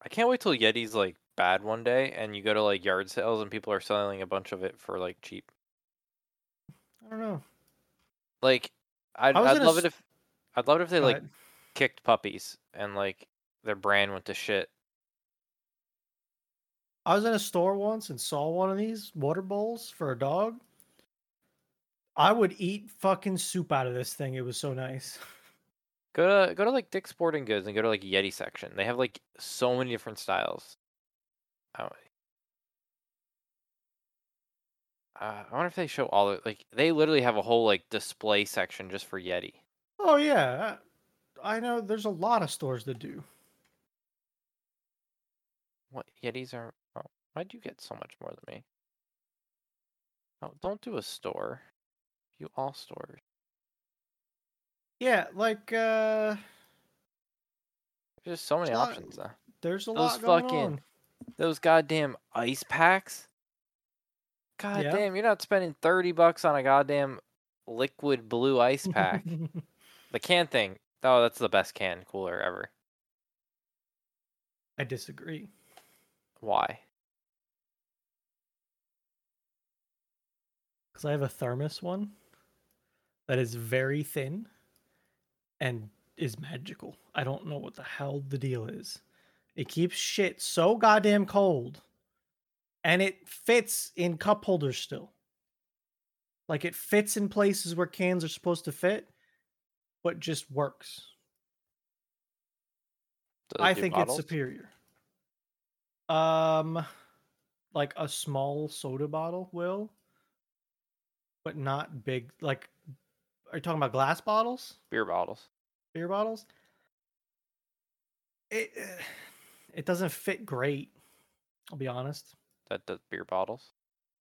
A: I can't wait till Yeti's like bad one day and you go to like yard sales and people are selling a bunch of it for like cheap.
B: I don't know.
A: Like, I'd,
B: I was
A: I'd
B: gonna
A: love
B: s-
A: it if I'd love it if they
B: Go
A: like
B: ahead.
A: kicked puppies and like their brand went to shit.
B: I was in a store once and saw one of these water bowls for a dog. I would eat fucking soup out of this thing. It was so nice. (laughs)
A: Go to go to like Dick's Sporting Goods and go to like Yeti section. They have like so many different styles. Oh. Uh, I wonder if they show all the like they literally have a whole like display section just for Yeti.
B: Oh yeah, I I know. There's a lot of stores that do.
A: What Yetis are? Oh, why'd you get so much more than me? Oh, don't do a store. You all stores.
B: Yeah, like uh,
A: There's just so many
B: So-
A: options though.
B: there's a
A: Those
B: lot going
A: fucking-
B: on.
A: Those goddamn ice packs. God
B: Yeah.
A: damn, you're not spending thirty bucks on a goddamn liquid blue ice pack. The can thing. Oh, that's the best can cooler ever.
B: (laughs) I disagree.
A: Why?
B: because I have a thermos one that is very thin and is magical. I don't know what the hell the deal is. It keeps shit so goddamn cold and it fits in cup holders still. Like it fits in places where cans are supposed to fit, but just works.
A: Do they
B: I
A: do
B: think
A: bottles?
B: it's superior. Um, like a small soda bottle will, but not big. Like, are you talking about glass bottles,
A: beer bottles.
B: beer bottles? It eh, it doesn't fit great. I'll be honest.
A: That does beer bottles.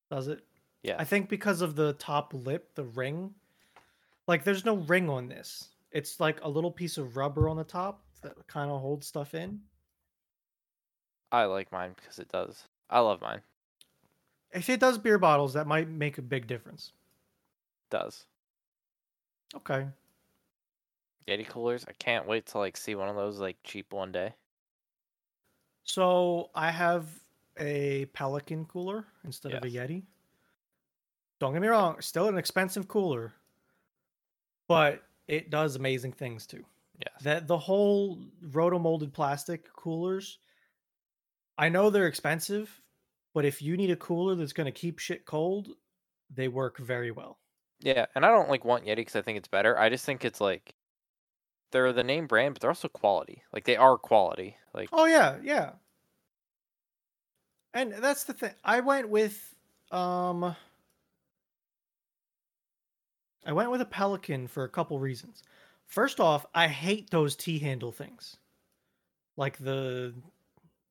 B: Does it?
A: Yeah.
B: I think because of the top lip, the ring. Like, there's no ring on this. It's like a little piece of rubber on the top that kind of holds stuff in.
A: I like mine because it does. I love mine.
B: If it does beer bottles, that might make a big difference.
A: does.
B: Okay.
A: Yeti coolers. I can't wait to like see one of those like cheap one day.
B: So I have a Pelican cooler instead of a
A: Yes.
B: Yeti. Don't get me wrong, still an expensive cooler, but it does amazing things too.
A: Yes.
B: That the whole rotomolded plastic coolers, I know they're expensive, but if you need a cooler that's going to keep shit cold, they work very well.
A: Yeah, and I don't like want Yeti because I think it's better. I just think it's like they're the name brand, but they're also quality. Like they are quality. Like
B: Oh yeah, yeah. And that's the thing. I went with um I went with a pelican for a couple reasons. First off, I hate those T handle things. Like the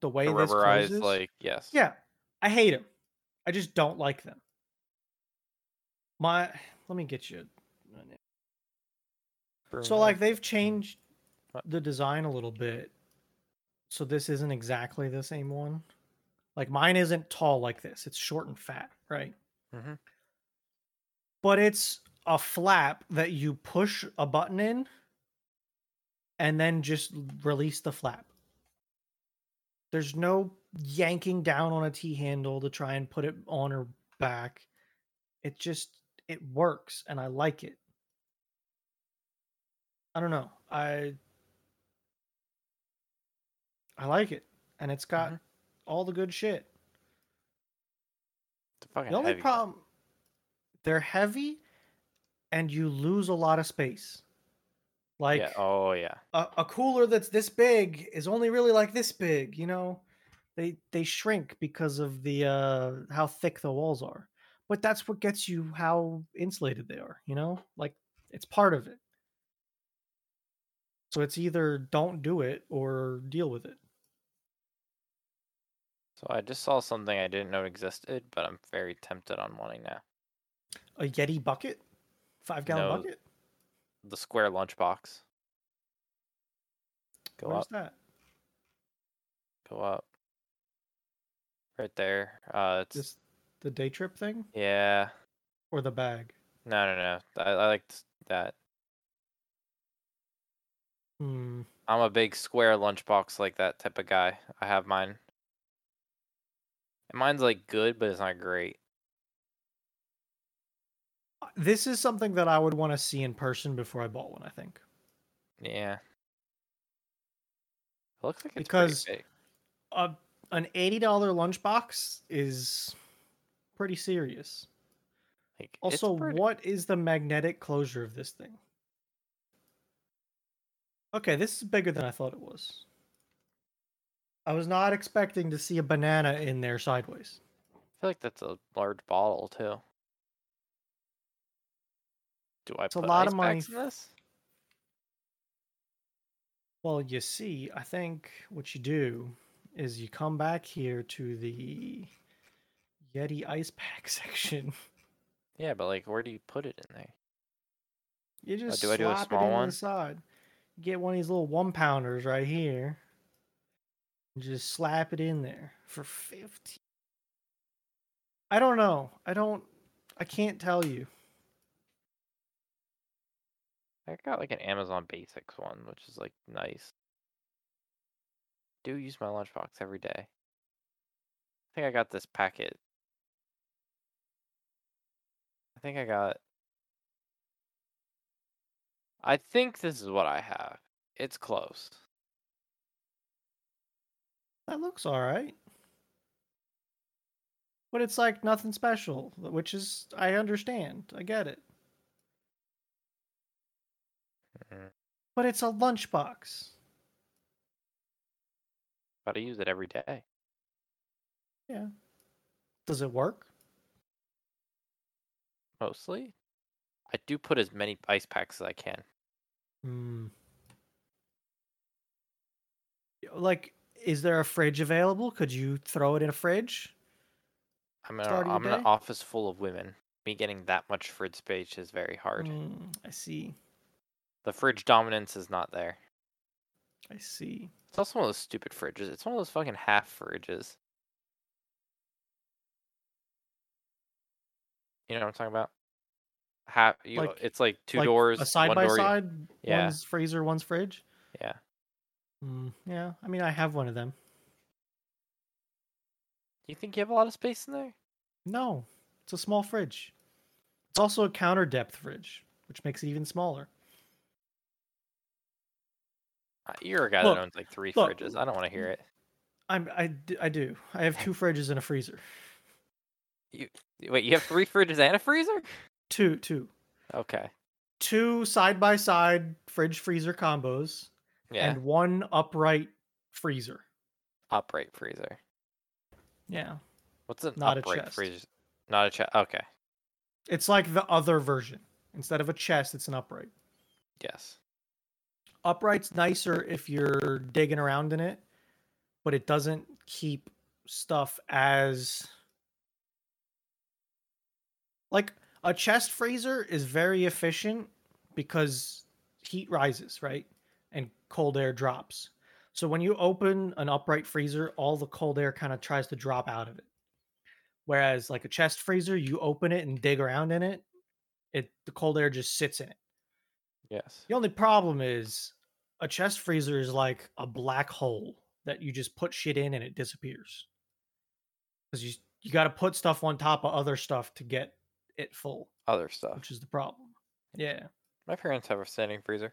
B: the way
A: the
B: this
A: rubberized.
B: closes.
A: Like yes.
B: Yeah, I hate them. I just don't like them. My let me get you. So like they've changed
A: What?
B: the design a little bit. So this isn't exactly the same one. Like mine isn't tall like this. It's short and fat, right?
A: Mhm.
B: But it's a flap that you push a button in and then just l- release the flap. There's no yanking down on a T handle to try and put it on or back. It just it works and I like it. I don't know. I I like it and it's got
A: Mhm.
B: all the good shit.
A: It's fucking
B: The only
A: heavy.
B: problem they're heavy and you lose a lot of space. Like
A: yeah. Oh yeah.
B: a, a cooler that's this big is only really like this big, you know. They they shrink because of the uh how thick the walls are. But that's what gets you how insulated they are, you know? Like it's part of it. So it's either don't do it or deal with it.
A: So I just saw something I didn't know existed, but I'm very tempted on wanting now.
B: A Yeti bucket? 5 gallon
A: No,
B: bucket?
A: The square lunchbox. Go
B: Where's
A: up.
B: that?
A: Go up. Right there. Uh, it's
B: This the day trip thing
A: yeah.
B: or the bag?
A: No, no, no. I, I liked that.
B: Hmm.
A: I'm a big square lunchbox like that type of guy. I have mine. And mine's like good, but it's not great.
B: This is something that I would want to see in person before I bought one, I think.
A: Yeah. It looks like it's
B: Because-
A: pretty big.
B: a an eighty dollar lunchbox is pretty serious.
A: Like, it's
B: Also,
A: pretty-
B: what is the magnetic closure of this thing? Okay, this is bigger than I thought it was. I was not expecting to see a banana in there sideways.
A: I feel like that's a large bottle too. Do I
B: It's a
A: put
B: lot
A: ice
B: of money.
A: packs in this?
B: Well, you see, I think what you do is you come back here to the Yeti ice pack (laughs) section.
A: Yeah, but like, where do you put it in there?
B: You just
A: do I do a
B: slap
A: small
B: it into
A: one?
B: the side. Get one of these little one pounders right here. And just slap it in there for fifty. I don't know. I don't. I can't tell you.
A: I got like an Amazon Basics one, which is like nice. Do use my lunchbox every day. I think I got this packet. I think I got. I think this is what I have. It's close.
B: That looks all right. But it's like nothing special, which is I understand. I get it.
A: Mhm.
B: But it's a lunchbox.
A: But I use it every day.
B: Does it work?
A: mostly. I do put as many ice packs as I can.
B: Hmm. Like, is there a fridge available? Could you throw it in a fridge?
A: I'm in, a,
B: Start of your
A: I'm in an
B: day?
A: office full of women. Me getting that much fridge space is very hard.
B: Mm, I see.
A: The fridge dominance is not there.
B: I see.
A: It's also one of those stupid fridges. It's one of those fucking half fridges. You know what I'm talking about? Half. You,
B: Like-
A: it's like two
B: Like,
A: doors,
B: a side
A: one
B: by
A: door. you-
B: side.
A: Yeah.
B: One's freezer, one's fridge.
A: Yeah.
B: Mm, yeah. I mean, I have one of them.
A: You think you have a lot of space in there?
B: No, it's a small fridge. It's also a counter depth fridge, which makes it even smaller.
A: Uh, You're a guy
B: Look,
A: that owns like three
B: look,
A: fridges. I don't want to hear it.
B: I'm. I, d- I do. I have
A: (laughs)
B: two fridges and a freezer.
A: Wait, you have three fridges and a freezer?
B: Two, two,
A: Okay.
B: two side by side fridge freezer combos,
A: Yeah.
B: and one upright freezer.
A: upright freezer.
B: Yeah.
A: What's an
B: Not a
A: upright
B: chest.
A: freezer? Not a chest. Okay.
B: It's like the other version. Instead of a chest, it's an upright.
A: Yes.
B: Upright's nicer if you're digging around in it, but it doesn't keep stuff as like a chest freezer is very efficient because heat rises, right? And cold air drops. So when you open an upright freezer, all the cold air kind of tries to drop out of it. Whereas like a chest freezer, you open it and dig around in it, it the cold air just sits in it.
A: Yes.
B: The only problem is a chest freezer is like a black hole that you just put shit in and it disappears. Because you you got to put stuff on top of other stuff to get it full,
A: Other stuff.
B: which is the problem. Yeah,
A: My parents have a standing freezer.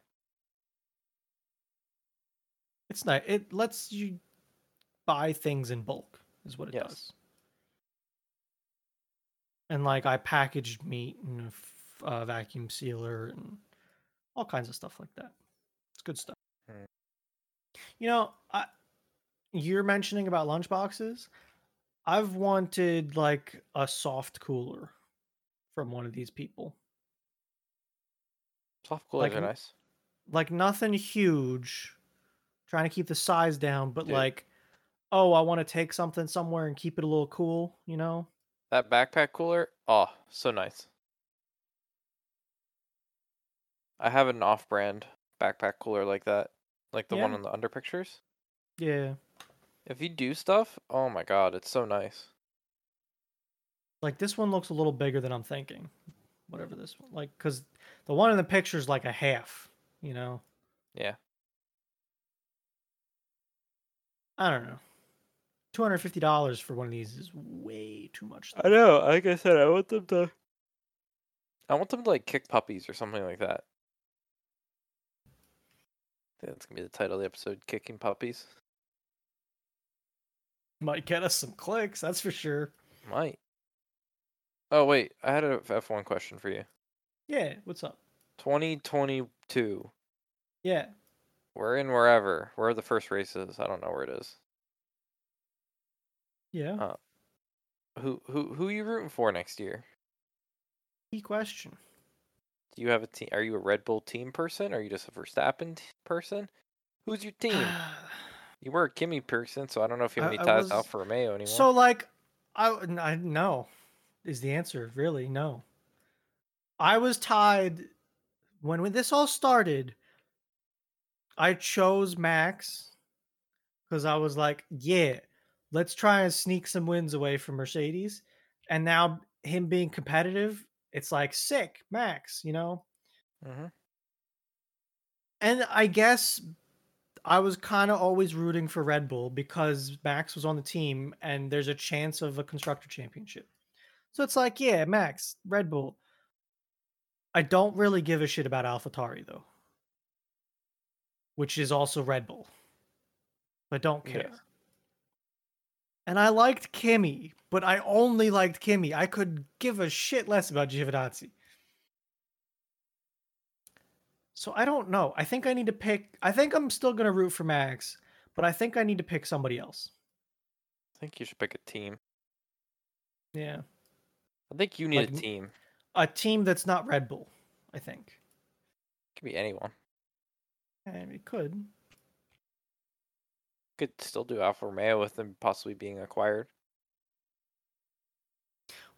B: it's nice. It lets you buy things in bulk, is what it
A: Yes.
B: does. And like I packaged meat in a f- uh, vacuum sealer and all kinds of stuff like that. It's good stuff.
A: Mm.
B: You know, I, you're mentioning about lunchboxes. I've wanted like a soft cooler from one of these people.
A: Soft coolers
B: Like
A: are
B: n-
A: nice.
B: like nothing huge trying to keep the size down but
A: Yeah.
B: like oh i want to take something somewhere and keep it a little cool you know
A: That backpack cooler, oh, so nice. I have an off-brand backpack cooler like that, like the one
B: Yeah.
A: on the under pictures.
B: yeah
A: If you do stuff, oh my god, it's so nice.
B: like this one looks a little bigger than i'm thinking whatever this one like because the one in the picture is like a half you know
A: Yeah.
B: i don't know $250 for one of these is way too much though.
A: know. Like I said, I want them to. I want them to like kick puppies or something like that. That's gonna be the title of the episode: "Kicking Puppies."
B: might get us some clicks that's for sure
A: Might. Oh wait, I had a F one question for you.
B: yeah what's up
A: Twenty twenty two.
B: yeah
A: We're in wherever. Where are the first races? I don't know where it is.
B: yeah
A: Uh, Who who who you rooting for next year?
B: key question
A: Do you have a team? Are you a Red Bull team person? Are you just a Verstappen t- person? Who's your
B: (sighs)
A: team? You were a Kimmy person, so I don't know if you have
B: I-
A: any
B: I
A: ties
B: was-
A: out for Romeo anymore.
B: So like, I, w- n- I- no, is the answer really no. I was tied when, when this all started. I chose Max because I was like, yeah, let's try and sneak some wins away from Mercedes. And now him being competitive, it's like sick, Max. You know,
A: hmm
B: and I guess I was kind of always rooting for Red Bull because Max was on the team and there's a chance of a constructor championship. So it's like, yeah, Max, Red Bull. I don't really give a shit about AlphaTauri though, which is also Red Bull. But don't
A: Yes.
B: care. And I liked Kimmy, but I only liked Kimmy. I could give a shit less about Giovinazzi. So I don't know. I think I need to pick. I think I'm still gonna root for Max, but I think I need to pick somebody else.
A: I think you should pick a team.
B: Yeah,
A: I think you need
B: Like
A: a
B: m-
A: team.
B: a team that's not Red Bull. I think
A: could be anyone.
B: and it could.
A: Could still do Alfa Romeo with them possibly being acquired.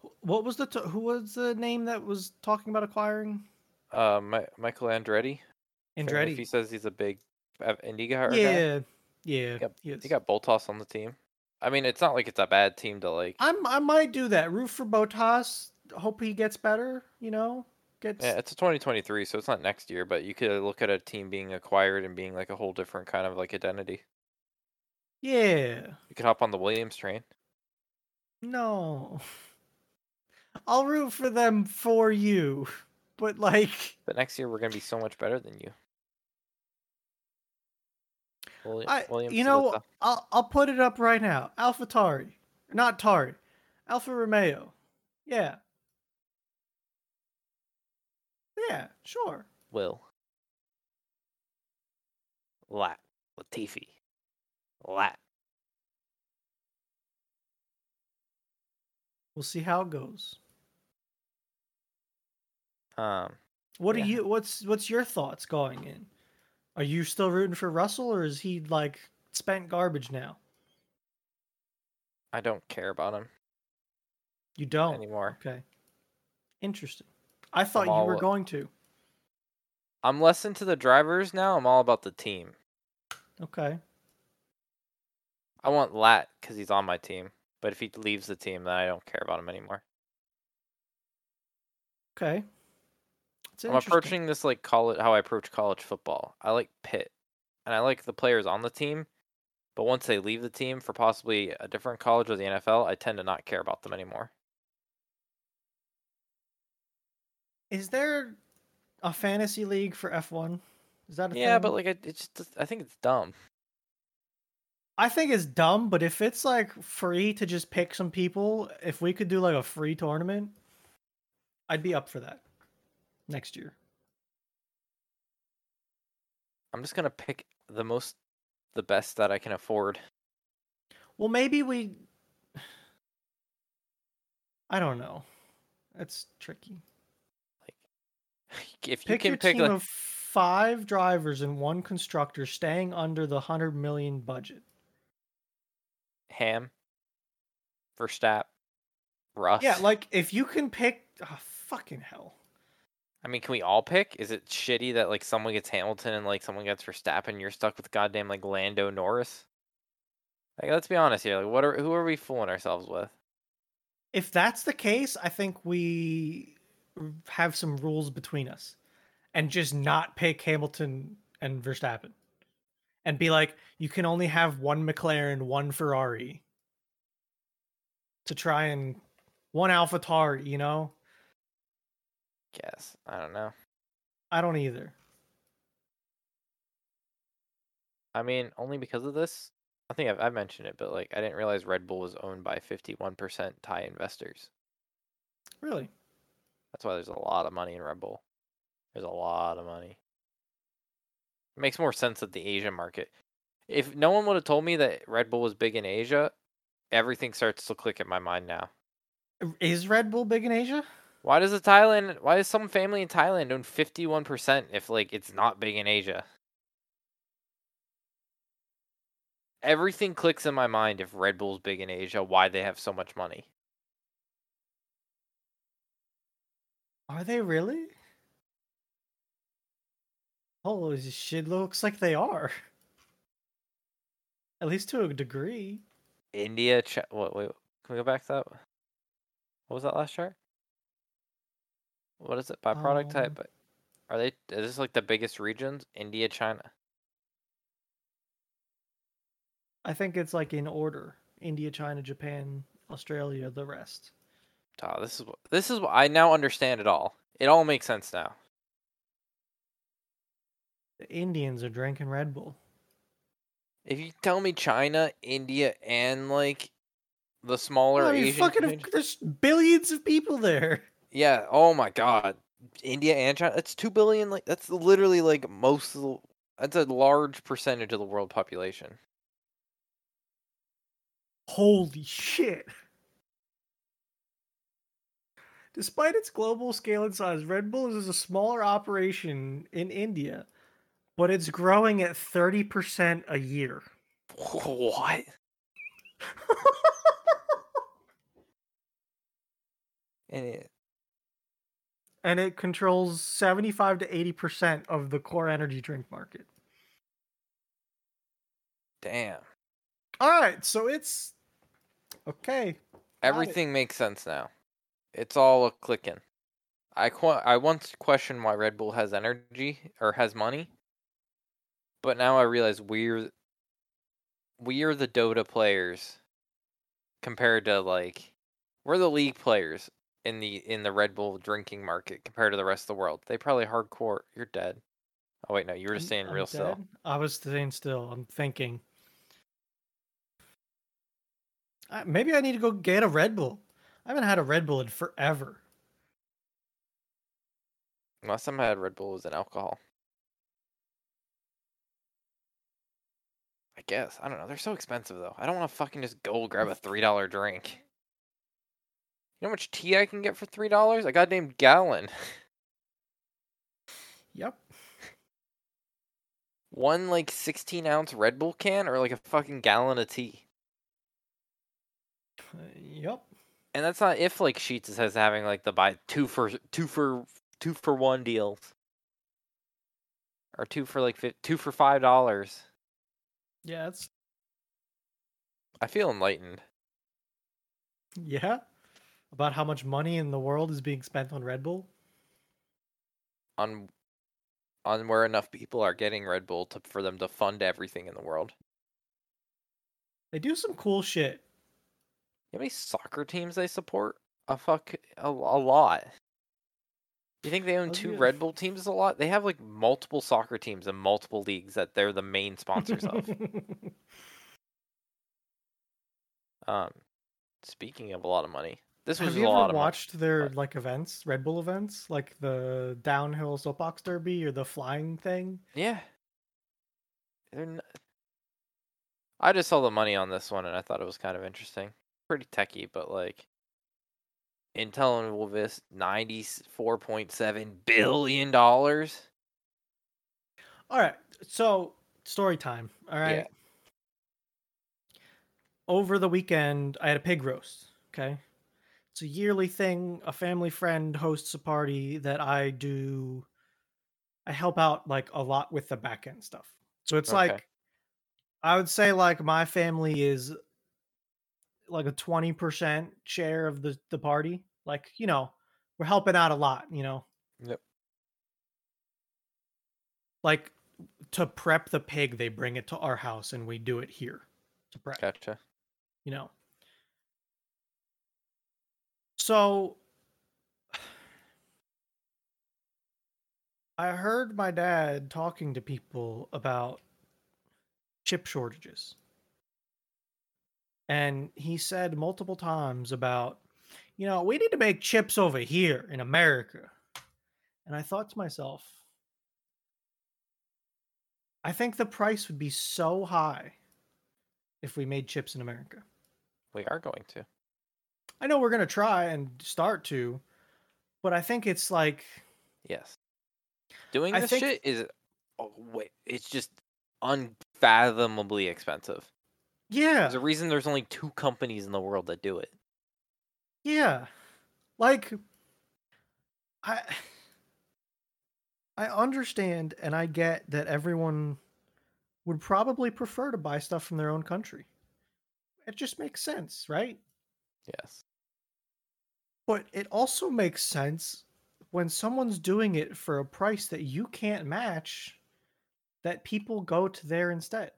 B: Wh- What was the t- who was the name that was talking about acquiring
A: Uh, Mi- Michael Andretti. Apparently, If he
B: Andretti?
A: says he's a big uh, Indica hard guy,
B: Yeah, yeah.
A: got-
B: he is.
A: he got Boltos on the team. I mean, it's not like it's a bad team to like.
B: I'm I might do that. Root for Botas. Hope he gets better. You know, gets
A: Yeah, it's a 2023, so it's not next year, but you could look at a team being acquired and being like a whole different kind of like identity.
B: yeah.
A: You could hop on the Williams train.
B: No. (laughs) I'll root for them for you. But like
A: But next year we're gonna be so much better than you. Willi-
B: I
A: Williams to
B: you
A: the
B: know
A: top.
B: I'll I'll put it up right now. Alpha Tari. Not Tari. Alpha Romeo. Yeah. Yeah, sure.
A: Will. Lat. Latifi. Lat.
B: We'll see how it goes.
A: Um.
B: What
A: Yeah.
B: are you what's what's your thoughts going in? Are you still rooting for Russell or is he like spent garbage now?
A: I don't care about him
B: You don't.
A: anymore.
B: Okay. Interesting. I thought you were
A: all-
B: going to.
A: I'm less into the drivers now. I'm all about the team.
B: Okay.
A: I want Lat because he's on my team. But if he leaves the team, then I don't care about him anymore.
B: Okay. It's
A: I'm approaching this like college how I approach college football. I like Pitt, and I like the players on the team. But once they leave the team for possibly a different college or the NFL, I tend to not care about them anymore.
B: Is there a fantasy league for F1? Is that a
A: Yeah,
B: thing?
A: but like it, it's just I think it's dumb.
B: I think it's dumb, but if it's like free to just pick some people, if we could do like a free tournament, I'd be up for that next year.
A: I'm just gonna pick the most, the best that I can afford. (laughs)
B: Well, maybe we. (sighs) I don't know. That's tricky.
A: If you
B: Pick
A: can
B: your
A: pick
B: team
A: like,
B: of five drivers and one constructor, staying under the hundred million budget.
A: Ham, Verstappen, Russ.
B: Yeah, like if you can pick, oh, fucking hell.
A: I mean, can we all pick? Is it shitty that like someone gets Hamilton and like someone gets Verstappen? You're stuck with goddamn like Lando Norris. Like, let's be honest here. Like, what are who are we fooling ourselves with?
B: If that's the case, I think we have some rules between us, and just not pick Hamilton and Verstappen, and be like, you can only have one McLaren, one Ferrari, to try and one AlphaTauri. You know,
A: Guess I don't know.
B: I don't either.
A: I mean, only because of this. I think I've, I've mentioned it, but like I didn't realize Red Bull was owned by 51% Thai investors.
B: Really,
A: That's why there's a lot of money in Red Bull. There's a lot of money. It makes more sense that the Asian market. If no one would have told me that Red Bull was big in Asia, everything starts to click in my mind now.
B: is Red Bull big in Asia?
A: Why does the Thailand? Why does some family in Thailand own fifty one percent if like it's not big in Asia? Everything clicks in my mind if Red Bull's big in Asia. Why they have so much money?
B: Are they really? Holy shit, looks like they are. At least to a degree.
A: India. Chi- what? Wait. Can we go back to that? What was that last chart? What is it by product
B: Um,
A: type? But Are they? Is this like the biggest regions? India, China.
B: I think it's like in order India, China, Japan, Australia, the rest.
A: Oh, this is wh- this is what I now understand it all. It all makes sense now.
B: The Indians are drinking Red Bull.
A: If you tell me China, India, and like the smaller
B: I mean,
A: Asian,
B: fucking, of-
A: community-
B: there's billions of people there.
A: yeah. Oh my God, India and China. That's two billion. Like that's literally like most of the. That's a large percentage of the world population. (laughs)
B: Holy shit. Despite its global scale and size, Red Bull is a smaller operation in India, but it's growing at 30% a year. (laughs)
A: What? And it,
B: and it controls 75 to 80% of the core energy drink market.
A: damn,
B: All right, so it's okay. it.
A: everything makes sense now. It's all a clicking. I qu- I once questioned why Red Bull has energy or has money, but now I realize we're we are the Dota players compared to like we're the league players in the in the Red Bull drinking market compared to the rest of the world. They probably hardcore. You're dead. Oh wait, no, you were just saying
B: I'm
A: real still.
B: dead? I was staying still. I'm thinking. Uh, maybe I need to go get a Red Bull. I haven't had a Red Bull in forever.
A: Last time I had Red Bull was in alcohol. I guess. I don't know. They're so expensive though. I don't want to fucking just go grab a three dollar drink. You know how much tea I can get for three dollars? A goddamn gallon.
B: Yep.
A: One like sixteen ounce Red Bull can or like a fucking gallon of tea.
B: Uh, Yep.
A: And that's not if like Sheets is has having like the buy two for two for two for one deals. Or two for like fif- two for five dollars.
B: Yeah, it's
A: I feel enlightened.
B: yeah. About how much money in the world is being spent on Red Bull?
A: on on where enough people are getting Red Bull to for them to fund everything in the world.
B: They do some cool shit.
A: You know how many soccer teams they support? A fuck a, a lot. You think they own
B: Those
A: two
B: are-
A: Red Bull teams a lot? They have like multiple soccer teams and multiple leagues that they're the main sponsors
B: (laughs)
A: of. Um, speaking of a lot of money, this was
B: Have
A: a
B: you
A: lot
B: ever
A: of
B: watched their
A: but-
B: like events, Red Bull events, like the downhill soapbox derby or the flying thing?
A: money. Yeah. They're n I just saw the money on this one and I thought it was kind of interesting. Pretty techy, but like Intel and Wolvis ninety four point seven billion dollars.
B: All right. So, story time. All right.
A: Yeah.
B: Over the weekend, I had a pig roast. Okay. It's a yearly thing. A family friend hosts a party that I do. I help out like a lot with the back end stuff. So, it's
A: Okay.
B: like, I would say, like, my family is like a 20% share of the, the party. Like, you know, we're helping out a lot, you know?
A: Yep.
B: Like, to prep the pig, they bring it to our house and we do it here to prep,
A: Gotcha.
B: you know. So I heard my dad talking to people about chip shortages. And he said multiple times about, you know, we need to make chips over here in America. And I thought to myself, I think the price would be so high if we made chips in America.
A: We are going to.
B: I know we're gonna try and start to, but I think it's like
A: Yes. Doing
B: I
A: this
B: think-
A: shit is oh, wait, it's just unfathomably expensive.
B: yeah,
A: There's a reason there's only two companies in the world that do it.
B: yeah, like I I understand and I get that everyone would probably prefer to buy stuff from their own country. It just makes sense, right?
A: Yes.
B: But it also makes sense when someone's doing it for a price that you can't match that people go to there instead.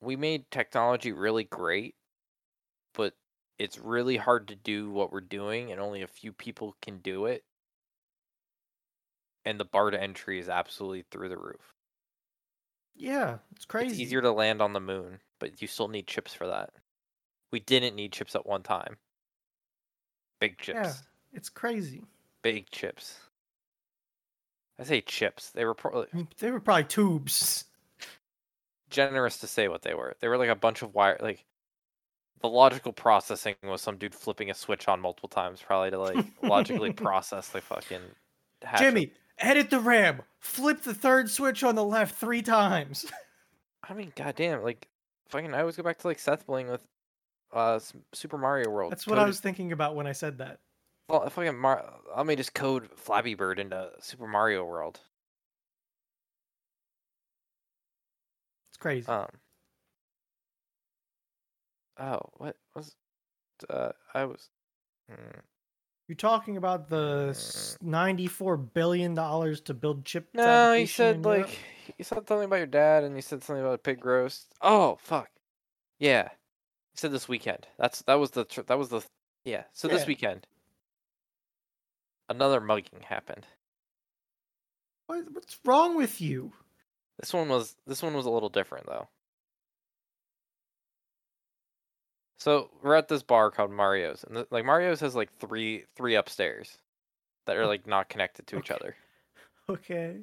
A: We made technology really great, but it's really hard to do what we're doing and only a few people can do it. And the bar to entry is absolutely through the roof.
B: Yeah, it's crazy.
A: It's easier to land on the moon, but you still need chips for that. We didn't need chips at one time. Big chips.
B: Yeah. It's crazy.
A: Big chips. I say chips. They were pro-
B: Mm, They were probably tubes.
A: generous to say what they were. They were like a bunch of wire. Like the logical processing was some dude flipping a switch on multiple times, probably to like
B: (laughs)
A: logically process the fucking. Hatchet.
B: Jimmy, edit the RAM. Flip the third switch on the left three times.
A: Oh, I mean, goddamn, like fucking. I always go back to like Seth Bling with uh S- Super Mario World.
B: That's what I
A: Coded-
B: was thinking about when I said that.
A: Well, fucking Mar- uh, let me just code Flabby Bird into Super Mario World.
B: It's crazy.
A: Um. Oh, what was? Uh, I was. mm.
B: You're talking about the s- ninety-four billion dollars to build chip.
A: No,
B: fabrication
A: you said
B: in Europe?
A: like you said something about your dad, and you said something about a pig roast. Oh fuck, yeah, you said this weekend. That's that was the tr- that was the yeah. So
B: Yeah.
A: this weekend, another mugging happened.
B: What- what's wrong with you?
A: This one was this one was a little different though. So we're at this bar called Mario's, and the, like Mario's has like three three upstairs that are like not connected to each
B: Mm. Okay.
A: other.
B: Okay.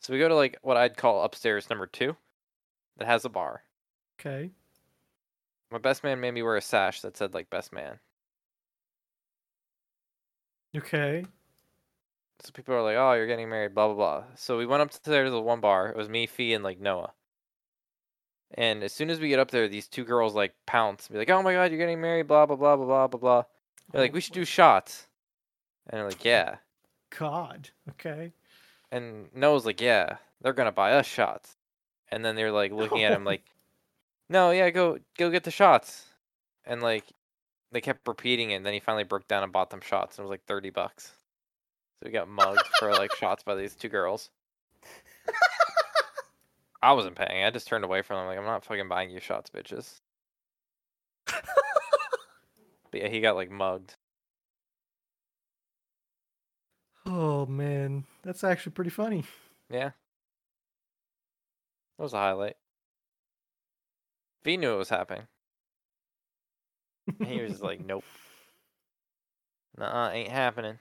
A: So we go to like what I'd call upstairs number two, that has a bar.
B: Okay.
A: My best man made me wear a sash that said like best man.
B: Okay.
A: So people are like, "Oh, you're getting married," blah blah blah. So we went up to there to the one bar. It was me, Fee, and like Noah. And as soon as we get up there, these two girls like pounce, be like, "Oh my god, you're getting married," blah blah blah blah blah blah blah. They're like,
B: Oh
A: "We should
B: my
A: do shots," and they're like, "Yeah."
B: Oh, God. Okay.
A: And Noah's like, "Yeah, they're gonna buy us shots." And then they're like looking at him
B: No.
A: like, "No, yeah, go go get the shots," and like they kept repeating it. And then he finally broke down and bought them shots, and it was like thirty bucks. So we got mugged for like shots by these two girls. I wasn't paying. I just turned away from them. Like I'm not fucking buying you shots, bitches. But yeah, he got like mugged.
B: Oh man, that's actually pretty funny.
A: Yeah. That was a highlight. V knew it was happening. And he
B: (laughs)
A: was like, nope. Nah, ain't happening.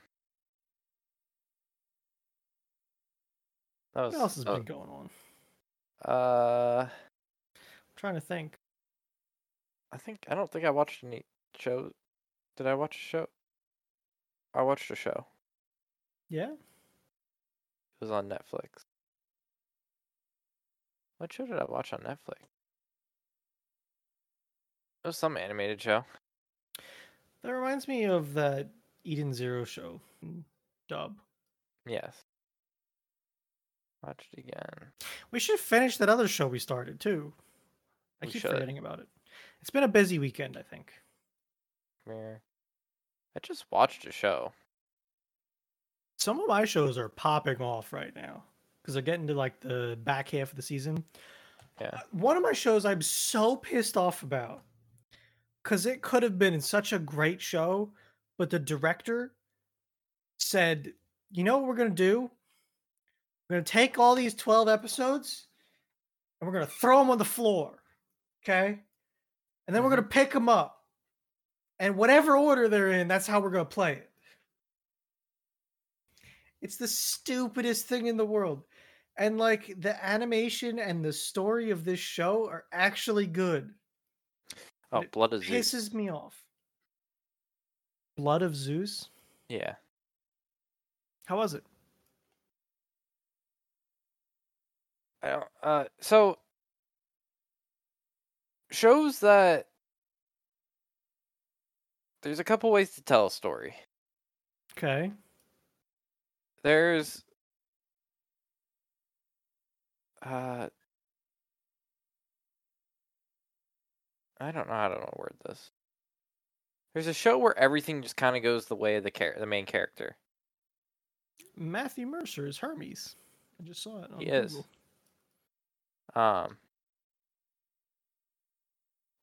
A: That was,
B: what else has
A: that
B: been going on? I'm
A: was- uh,
B: trying to think.
A: I think I don't think I watched any show. Did I watch a show? I watched a show.
B: Yeah.
A: It was on Netflix. What show did I watch on Netflix? It was some animated show.
B: That reminds me of that Eden Zero show. mm, Dub.
A: Yes. Watched again.
B: We should finish that other show we started too. I
A: We
B: keep
A: should.
B: forgetting about it. It's been a busy weekend, I think.
A: Mirror. I just watched a show.
B: Some of my shows are popping off right now because they're getting to like the back half of the season.
A: Yeah.
B: Uh, One of my shows I'm so pissed off about because it could have been such a great show, but the director said, you know what we're going to do? We're going to take all these 12 episodes and we're going to throw them on the floor. Okay. And then we're
A: Mhm.
B: going to pick them up. And whatever order they're in, that's how we're going to play it. It's the stupidest thing in the world. And like the animation and the story of this show are actually good.
A: Oh,
B: it
A: Blood of Zeus.
B: Pisses me off. Blood of Zeus?
A: Yeah.
B: How was it?
A: I don't, uh, so shows that there's a couple ways to tell a story.
B: Okay.
A: There's uh I don't know how to word this. There's a show where everything just kind of goes the way of the char- the main character.
B: Matthew Mercer is Hermes. I just saw it on
A: He is.
B: Google.
A: Um,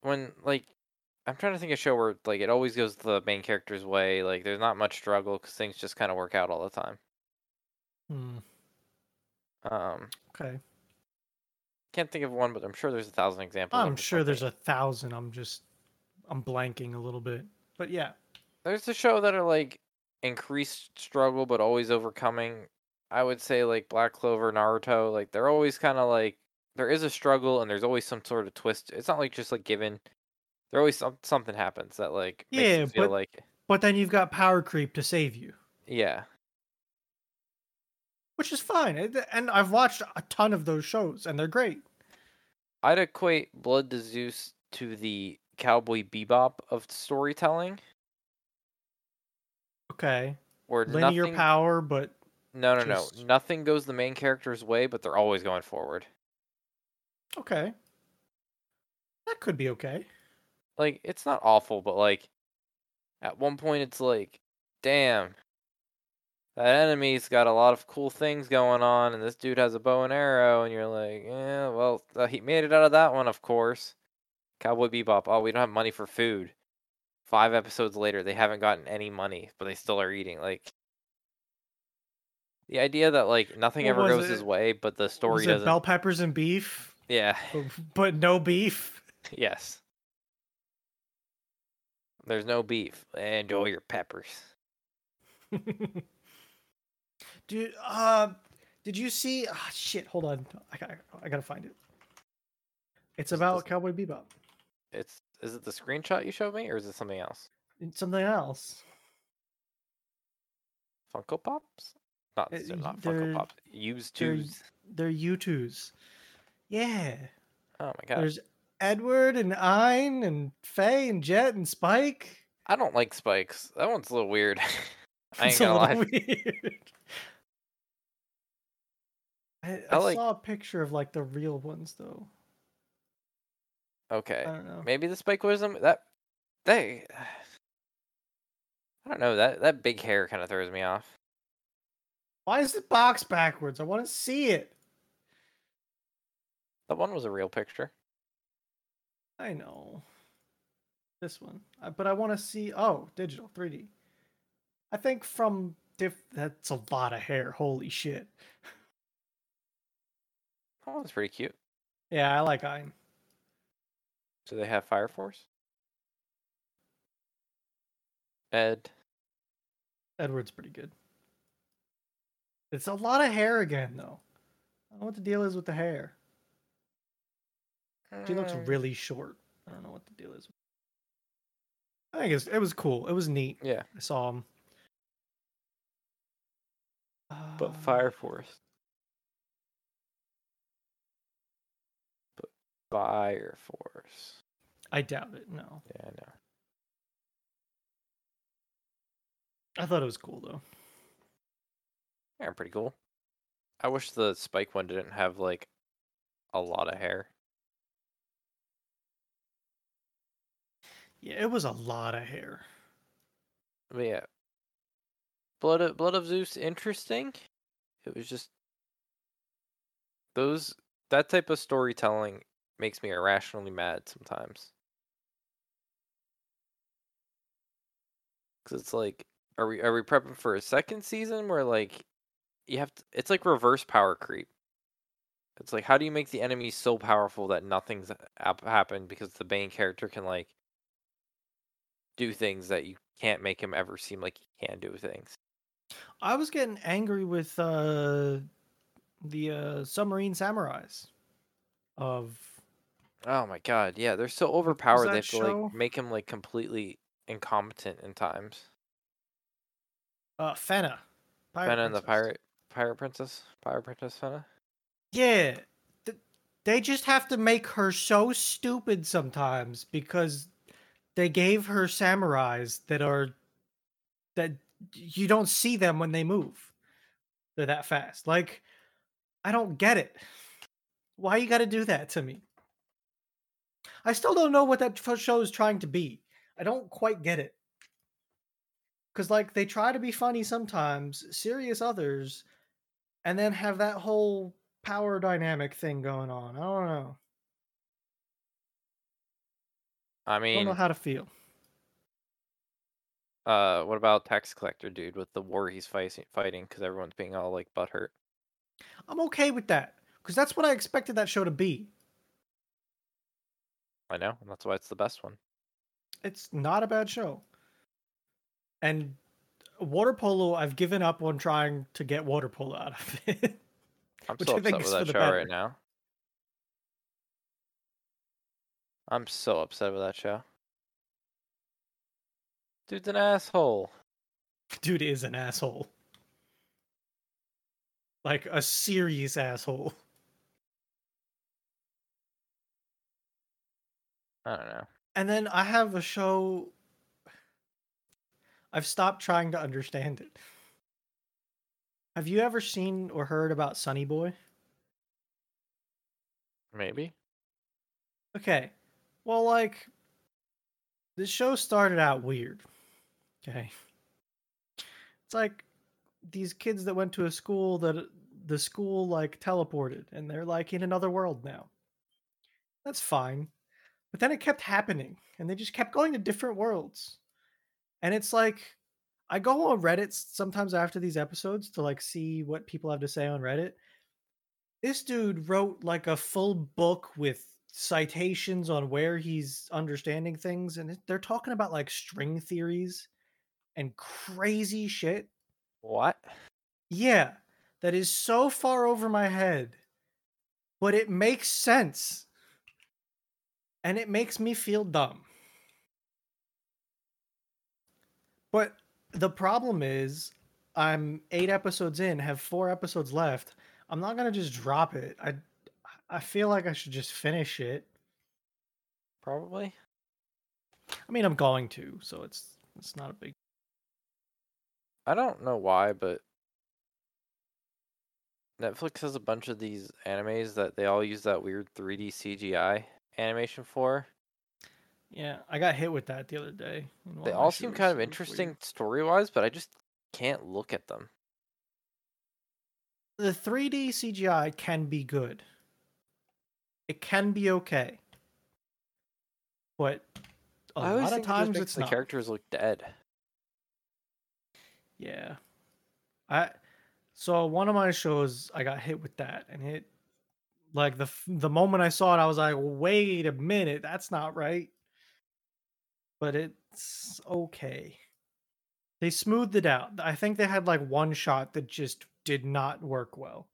A: when like I'm trying to think of a show where like it always goes the main character's way. Like there's not much struggle because things just kind of work out all the time.
B: Hmm.
A: Um,
B: Okay.
A: can't think of one, but I'm sure there's a thousand examples.
B: I'm sure there's a thousand. I'm just I'm blanking a little bit. But yeah.
A: there's a show that are like increased struggle but always overcoming. I would say like Black Clover, Naruto. Like they're always kind of like there is a struggle and there's always some sort of twist. It's not like just like given. There always some, something happens that like makes
B: Yeah,
A: you feel
B: but-
A: like
B: But then you've got power creep to save you.
A: yeah.
B: Which is fine. It- And I've watched a ton of those shows and they're great.
A: I'd equate Blood to Zeus to the Cowboy Bebop of storytelling,
B: Okay.
A: where
B: Linear
A: nothing.
B: power, but
A: no, no,
B: just-
A: no. Nothing goes the main character's way, but they're always going forward.
B: okay. That could be okay.
A: Like it's not awful, but like, at one point it's like, damn, that enemy's got a lot of cool things going on, and this dude has a bow and arrow, and you're like, yeah, well, uh, he made it out of that one, of course. Cowboy Bebop. Oh, we don't have money for food. Five episodes later, they haven't gotten any money, but they still are eating. Like the idea that like nothing
B: What
A: ever
B: was
A: goes his
B: it?
A: way, but the story
B: Was it
A: doesn't.
B: bell peppers
A: (laughs)
B: and beef,
A: yeah.
B: but- but no beef?
A: Yes. There's no beef. Enjoy your peppers.
B: (laughs) Dude, uh, did you see? ah, shit, hold on. I got, I gotta find it. It's
A: Is it
B: about
A: this-
B: Cowboy Bebop.
A: It's is it the screenshot you showed me, or is it something else?
B: It's something else.
A: Funko Pops? Not,
B: Uh,
A: they're not
B: they're-
A: Funko Pops. Used
B: they're-
A: twos.
B: They're U2s. Yeah.
A: Oh my god.
B: There's Edward and Ein and Faye and Jet and Spike.
A: I don't like spikes. That one's a little weird. (laughs) I ain't
B: It's a
A: gonna lie.
B: little (laughs) weird. I, I,
A: I like-
B: saw a picture of like the real ones though. I
A: Okay.
B: don't know.
A: Maybe the spike wisdom that they (sighs) I don't know, that that big hair kinda throws me off.
B: Why is the box backwards? I want to see it.
A: That one was a real picture.
B: I know. This one. I- But I want to see. Oh, digital, 3D. I think from diff- that's a lot of hair. Holy shit.
A: That one's pretty cute.
B: Yeah, I like Ein.
A: Do they have Fire Force? Ed.
B: Edward's pretty good. It's a lot of hair again, though. I don't know what the deal is with the hair. She looks
A: Mm.
B: really short. I don't know what the deal is. I think it's, it was cool. It was neat.
A: Yeah,
B: I saw him. um,
A: but Fire Force. But Fire Force.
B: Uh, I doubt it. No,
A: Yeah, I know.
B: I thought it was cool though.
A: Yeah, pretty cool. I wish the Spike one didn't have like a lot of hair.
B: Yeah, it was a lot of hair.
A: But yeah. Blood of Blood of Zeus interesting. It was just those that type of storytelling makes me irrationally mad sometimes. Cuz it's like are we are we prepping for a second season where like you have to, it's like reverse power creep. It's like how do you make the enemy so powerful that nothing's hap- happened because the Bane character can like do things that you can't make him ever seem like he can do things.
B: I was getting angry with uh, the uh, submarine samurais of
A: Oh my god, yeah, they're so overpowered
B: that
A: they have to
B: show?
A: like make him like completely incompetent in times.
B: uh, Fena. Pirate
A: Fenna and the
B: princess.
A: pirate pirate princess, pirate princess Fenna.
B: Yeah. th- They just have to make her so stupid sometimes because they gave her samurais that are that you don't see them when they move. They're that fast. Like I don't get it. Why you got to do that to me? I still don't know what that f- show is trying to be. I don't quite get it. Cuz like they try to be funny sometimes, serious others, and then have that whole power dynamic thing going on. I don't know.
A: I
B: I don't
A: mean,
B: know how to feel.
A: uh, what about tax collector dude with the war he's fighting fighting because everyone's being all like butthurt.
B: I'm okay with that because that's what I expected that show to be.
A: I know, and that's why it's the best one.
B: It's not a bad show. And water polo, I've given up on trying to get water polo out of (laughs) it.
A: I'm
B: Which
A: so
B: I think
A: upset with
B: is
A: that
B: for the
A: show
B: better.
A: right now. I'm so upset with that show. Dude's an asshole.
B: Dude is an asshole. Like a serious asshole.
A: I don't know.
B: And then I have a show. I've stopped trying to understand it. Have you ever seen or heard about Sunny Boy?
A: Maybe.
B: Okay. Well, like, this show started out weird. Okay. It's like these kids that went to a school that the school, like, teleported and they're, like, in another world now. That's fine. But then it kept happening and they just kept going to different worlds. And it's like, I go on Reddit s- sometimes after these episodes to, like, see what people have to say on Reddit this dude wrote like a full book with citations on where he's understanding things and it- they're talking about like string theories and crazy shit
A: What?
B: yeah that is so far over my head but it makes sense and it makes me feel dumb but the problem is i'm eight episodes in have four episodes left i'm not gonna just drop it i i feel like i should just finish it
A: Probably.
B: i mean i'm going to so it's it's not a big
A: I don't know why, but Netflix has a bunch of these animes that they all use that weird 3D CGI animation for.
B: yeah i got hit with that the other day in one
A: They
B: my
A: all seem
B: shows.
A: kind of
B: It was weird.
A: interesting story wise, but I just can't look at them.
B: the 3D CGI can be good. It can be okay. But a
A: I always
B: lot
A: think it just
B: of times
A: makes
B: it's
A: the
B: not.
A: characters look dead.
B: Yeah. I so one of my shows I got hit with that, and it like the f- the moment I saw it, I was like, wait a minute, that's not right. But it's okay. They smoothed it out. I think they had like one shot that just did not work well.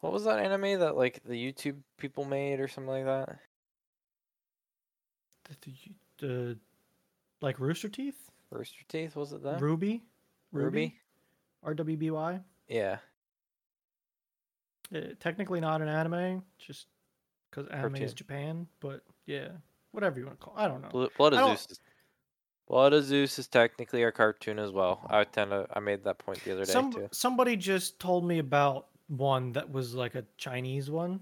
A: What was that anime that like the YouTube people made or something like that?
B: The, the, the- like Rooster Teeth,
A: Rooster Teeth was it that?
B: Ruby,
A: Ruby?
B: R W B Y.
A: Yeah,
B: Uh, technically not an anime, just because anime is
A: Cartoon.
B: Japan. But yeah, whatever you want to call. I don't know.
A: Blo- Blood
B: I
A: of
B: don't-
A: Zeus. Is, Blood of Zeus is technically a cartoon as well. I tend to I made that point the other day
B: Some
A: too.
B: somebody just told me about one that was like a Chinese one.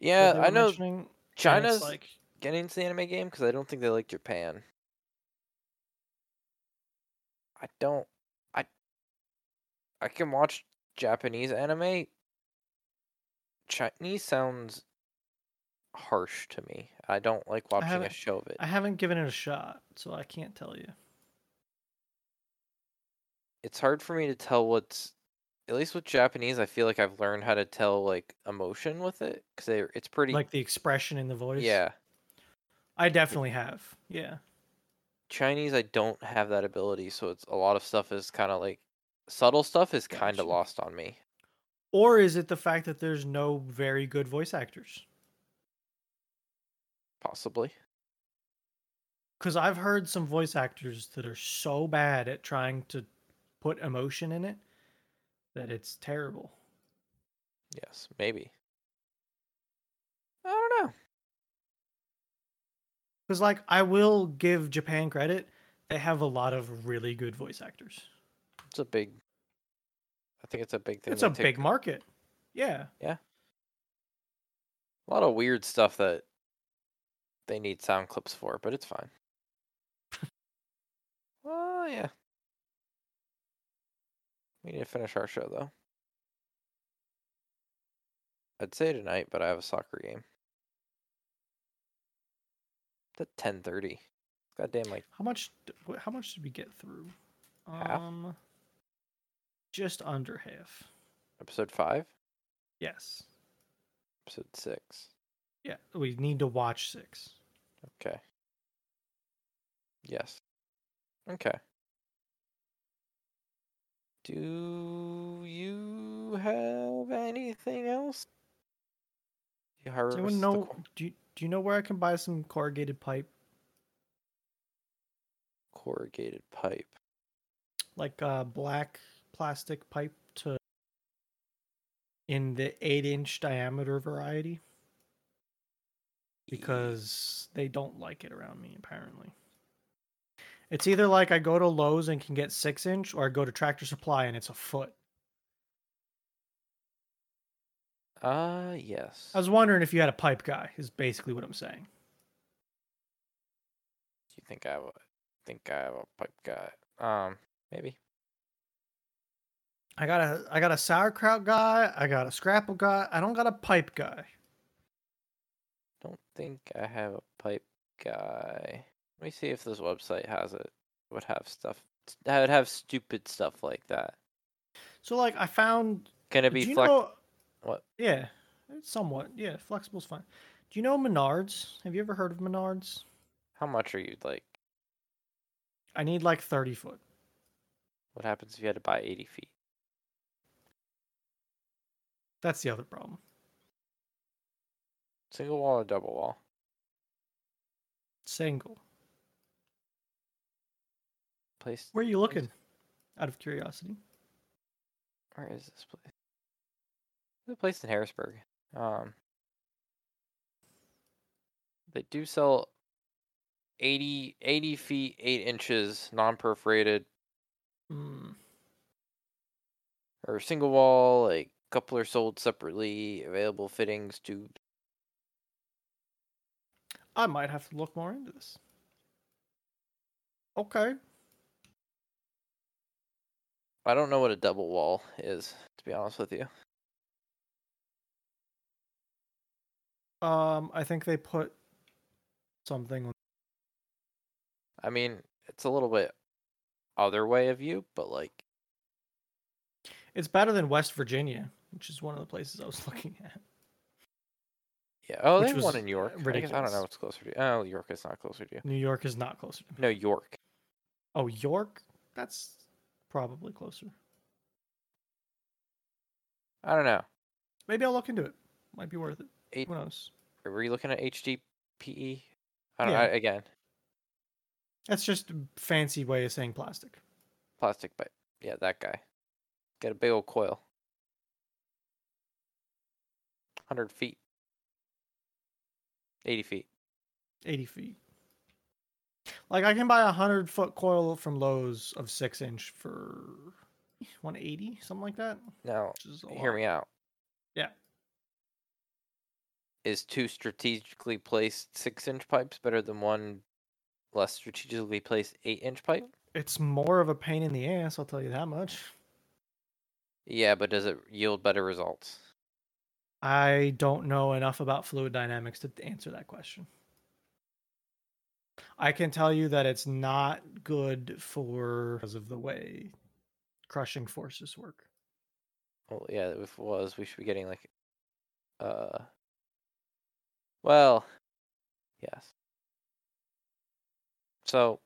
B: that
A: Yeah,
B: they
A: I
B: were
A: know
B: mentioning, and it's
A: China's
B: like
A: getting into the anime game because I don't think they like Japan. I don't. I. I can watch Japanese anime. Chinese sounds harsh to me. I don't like watching a
B: haven't-
A: show of it.
B: I haven't given it a shot, so I can't tell you.
A: It's hard for me to tell what's. At least with Japanese, I feel like I've learned how to tell like emotion with it because it's pretty.
B: Like the expression in the voice.
A: yeah,
B: I definitely have. Yeah.
A: Chinese, I don't have that ability, so it's a lot of stuff is kind of like subtle stuff is kind
B: Gotcha.
A: of lost on me.
B: Or is it the fact that there's no very good voice actors?
A: Possibly.
B: Because I've heard some voice actors that are so bad at trying to put emotion in it that it's terrible.
A: Yes, maybe. I don't know.
B: Because, like, I will give Japan credit. They have a lot of really good voice actors.
A: It's a big. I think it's a big thing.
B: It's
A: they
B: a
A: take-
B: big market. Yeah.
A: A lot of weird stuff that they need sound clips for, but it's fine. well, yeah. We need to finish our show though. I'd say tonight, but I have a soccer game. It's at ten thirty. Goddamn, like
B: How much? d- wh- How much did we get through?
A: Half?
B: Um, just under half.
A: episode five,
B: Yes.
A: episode six.
B: Yeah. We need to watch six.
A: Okay. Yes. Okay. Do you have anything else? You
B: Does anyone know? Do you, Do you know where I can buy some corrugated pipe?
A: corrugated pipe.
B: like uh black plastic pipe to in the eight inch diameter variety because they don't like it around me apparently it's either like i go to lowes and can get six inch or i go to tractor supply and it's a foot
A: Ah, yes.
B: i was wondering if you had a pipe guy is basically what i'm saying
A: Do you think I have a, think I have a pipe guy? Um, maybe.
B: i got a i got a sauerkraut guy i got a scrapple guy i don't got a pipe guy
A: Don't think I have a pipe guy. Let me see if this website has it. Would have stuff. I would have stupid stuff like that.
B: so like i found
A: Can it be
B: do you
A: flex?
B: know
A: What?
B: Yeah, it's somewhat. Yeah, flexible's fine. Do you know Menards? Have you ever heard of Menards?
A: How much are you like?
B: I need like thirty foot.
A: What happens if you had to buy 80 feet?
B: That's the other problem.
A: Single wall or double wall?
B: Single.
A: Place.
B: Where are you looking? Out of curiosity.
A: Where is this place? There's a place in Harrisburg. Um, they do sell 80, 80 feet, 8 inches, non perforated,
B: Mm,
A: or single wall, like coupler sold separately, available fittings, tubes.
B: I might have to look more into this. Okay.
A: I don't know what a double wall is, to be honest with you.
B: Um, I think they put something. on
A: I mean, it's a little bit other way of you, but like
B: It's better than West Virginia, which is one of the places I was (laughs) looking at.
A: Yeah. Oh,
B: Which
A: they have one
B: was
A: in York. I, guess, I don't
B: ridiculous.
A: know what's closer to you. Oh, York is not closer to you.
B: New York is not closer. to me.
A: No, York.
B: Oh, York? That's probably closer.
A: I don't know.
B: Maybe I'll look into it. Might be worth it.
A: Eight-
B: Who knows?
A: Were you looking at HDPE? E? I don't
B: Yeah.
A: I, again,
B: That's just a fancy way of saying plastic.
A: plastic, but yeah, that guy. Got a big old coil. 100 feet. 80 feet.
B: 80 feet. Like I can buy a hundred foot coil from Lowe's of six inch for 180, something like that.
A: Now,
B: Which is a
A: hear
B: lot.
A: me out.
B: Yeah.
A: Is two strategically placed six inch pipes better than one less strategically placed eight inch pipe?
B: It's more of a pain in the ass, I'll tell you that much.
A: Yeah, but does it yield better results?
B: I don't know enough about fluid dynamics to answer that question. I can tell you that it's not good for because of the way crushing forces work.
A: Well, yeah, if it was, we should be getting like, uh, well, yes. So,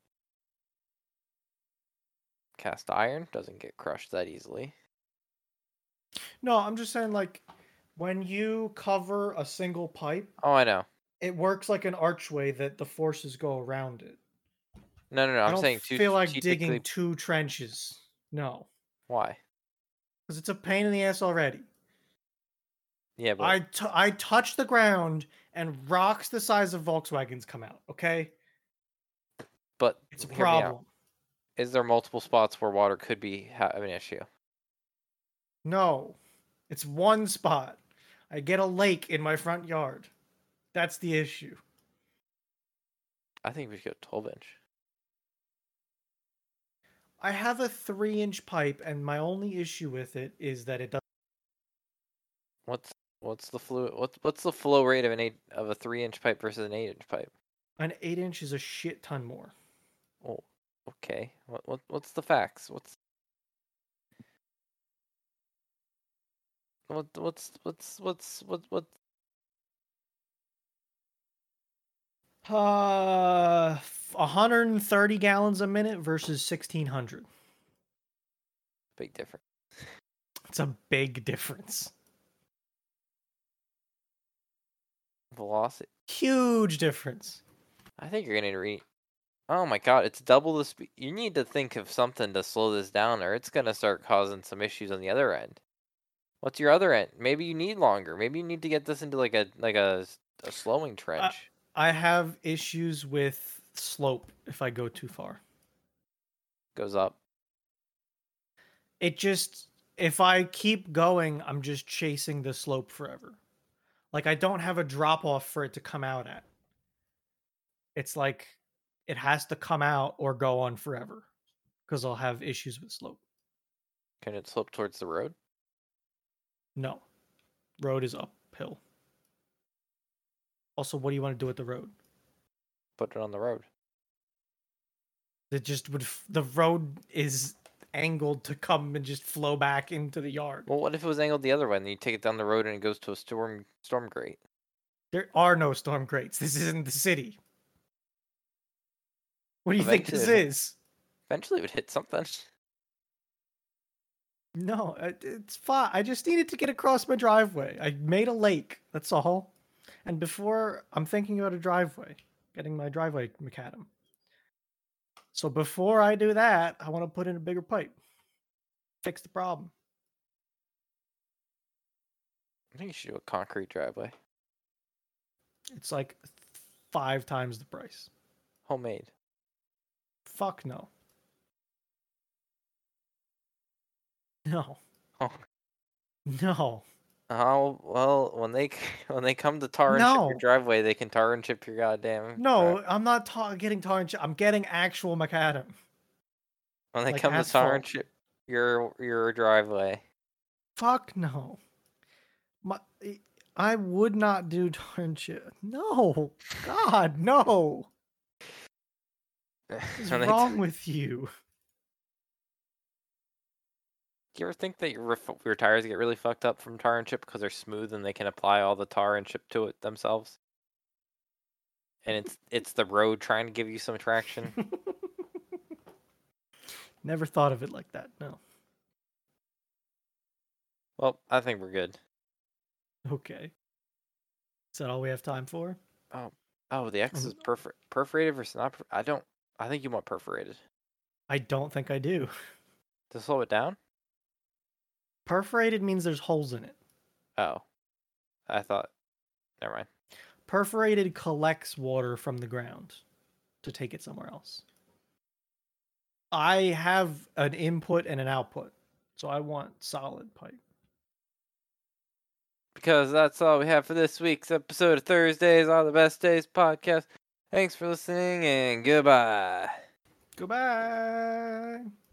A: cast iron doesn't get crushed that easily.
B: No, I'm just saying like when you cover a single pipe,
A: Oh, I know.
B: it works like an archway that the forces go around it.
A: No, no, no.
B: I
A: I'm
B: don't
A: saying too
B: feel like digging
A: strategically-
B: two trenches. No,
A: Why?
B: because it's a pain in the ass already.
A: Yeah, but
B: I t- I touch the ground and rocks the size of Volkswagens come out. Okay,
A: but
B: it's a
A: hear me out.
B: problem.
A: Is there multiple spots where water could be ha- an issue?
B: No, it's one spot. I get a lake in my front yard. That's the issue.
A: I think we should go 12 inch.
B: I have a three inch pipe, and my only issue with it is that it does.
A: What's what's the flu? What's what's the flow rate of an eight of a three inch pipe versus an eight inch pipe?
B: An eight inch is a shit ton more.
A: Oh, okay. What, what what's the facts? What's what what's what's what's what what?
B: Uh, 130 gallons a minute versus 1600.
A: Big difference.
B: It's a big difference.
A: Velocity.
B: Huge difference.
A: I think you're gonna read. Oh my god, it's double the speed. You need to think of something to slow this down, or it's gonna start causing some issues on the other end. What's your other end? Maybe you need longer. Maybe you need to get this into like a like a, s- a slowing trench.
B: I have issues with slope if I go too far.
A: Goes up.
B: It just if I keep going, I'm just chasing the slope forever. Like I don't have a drop off for it to come out at. It's like it has to come out or go on forever because I'll have issues with slope.
A: Can it slope towards the road?
B: No. Road is uphill. Also, what do you want to do with the road?
A: Put it on the road.
B: It just would f- the road is angled to come and just flow back into the yard.
A: Well, what if it was angled the other way and you take it down the road and it goes to a storm storm grate?
B: There are no storm grates. This isn't the city. What do you think this
A: Eventually-
B: is?
A: Eventually, it would hit something. (laughs)
B: No, it- it's fine. I just needed to get across my driveway. I made a lake. That's all. And before I'm thinking about a driveway, getting my driveway macadam. So before I do that, I want to put in a bigger pipe. Fix the problem.
A: I think you should do a concrete driveway,
B: It's like five times the price.
A: homemade.
B: Fuck no. No.
A: Oh.
B: No.
A: Oh well, when they c- (laughs) when they come to tar and chip
B: No.
A: your driveway, they can tar and chip your goddamn.
B: No,
A: drive-
B: I'm not ta- getting tar and chip. I'm getting actual macadam.
A: when they
B: like
A: come to tar and
B: asphalt.
A: chip your your driveway, (laughs)
B: Fuck no. My, I- I would not do (laughs) tar and chip. No. God, no. What's
A: when they t-
B: wrong with you?
A: Do you ever think that your, ref- your tires get really fucked up from tar and chip because they're smooth and they can apply all the tar and chip to it themselves? And it's it's the road trying to give you some traction.
B: Never thought of it like that. No.
A: Well, I think we're good.
B: Okay. Is that all we have time for?
A: Oh, the X is
B: Mhm.
A: perfor- perforated versus not. Perfor- I don't. I think you want perforated
B: I don't think I do.
A: to slow it down.
B: Perforated means there's holes in it.
A: Oh, I thought. Never mind.
B: Perforated collects water from the ground to take it somewhere else. I have an input and an output, so I want solid pipe.
A: because that's all we have for this week's episode of Thursdays on the Best Days podcast. Thanks for listening and goodbye.
B: Goodbye.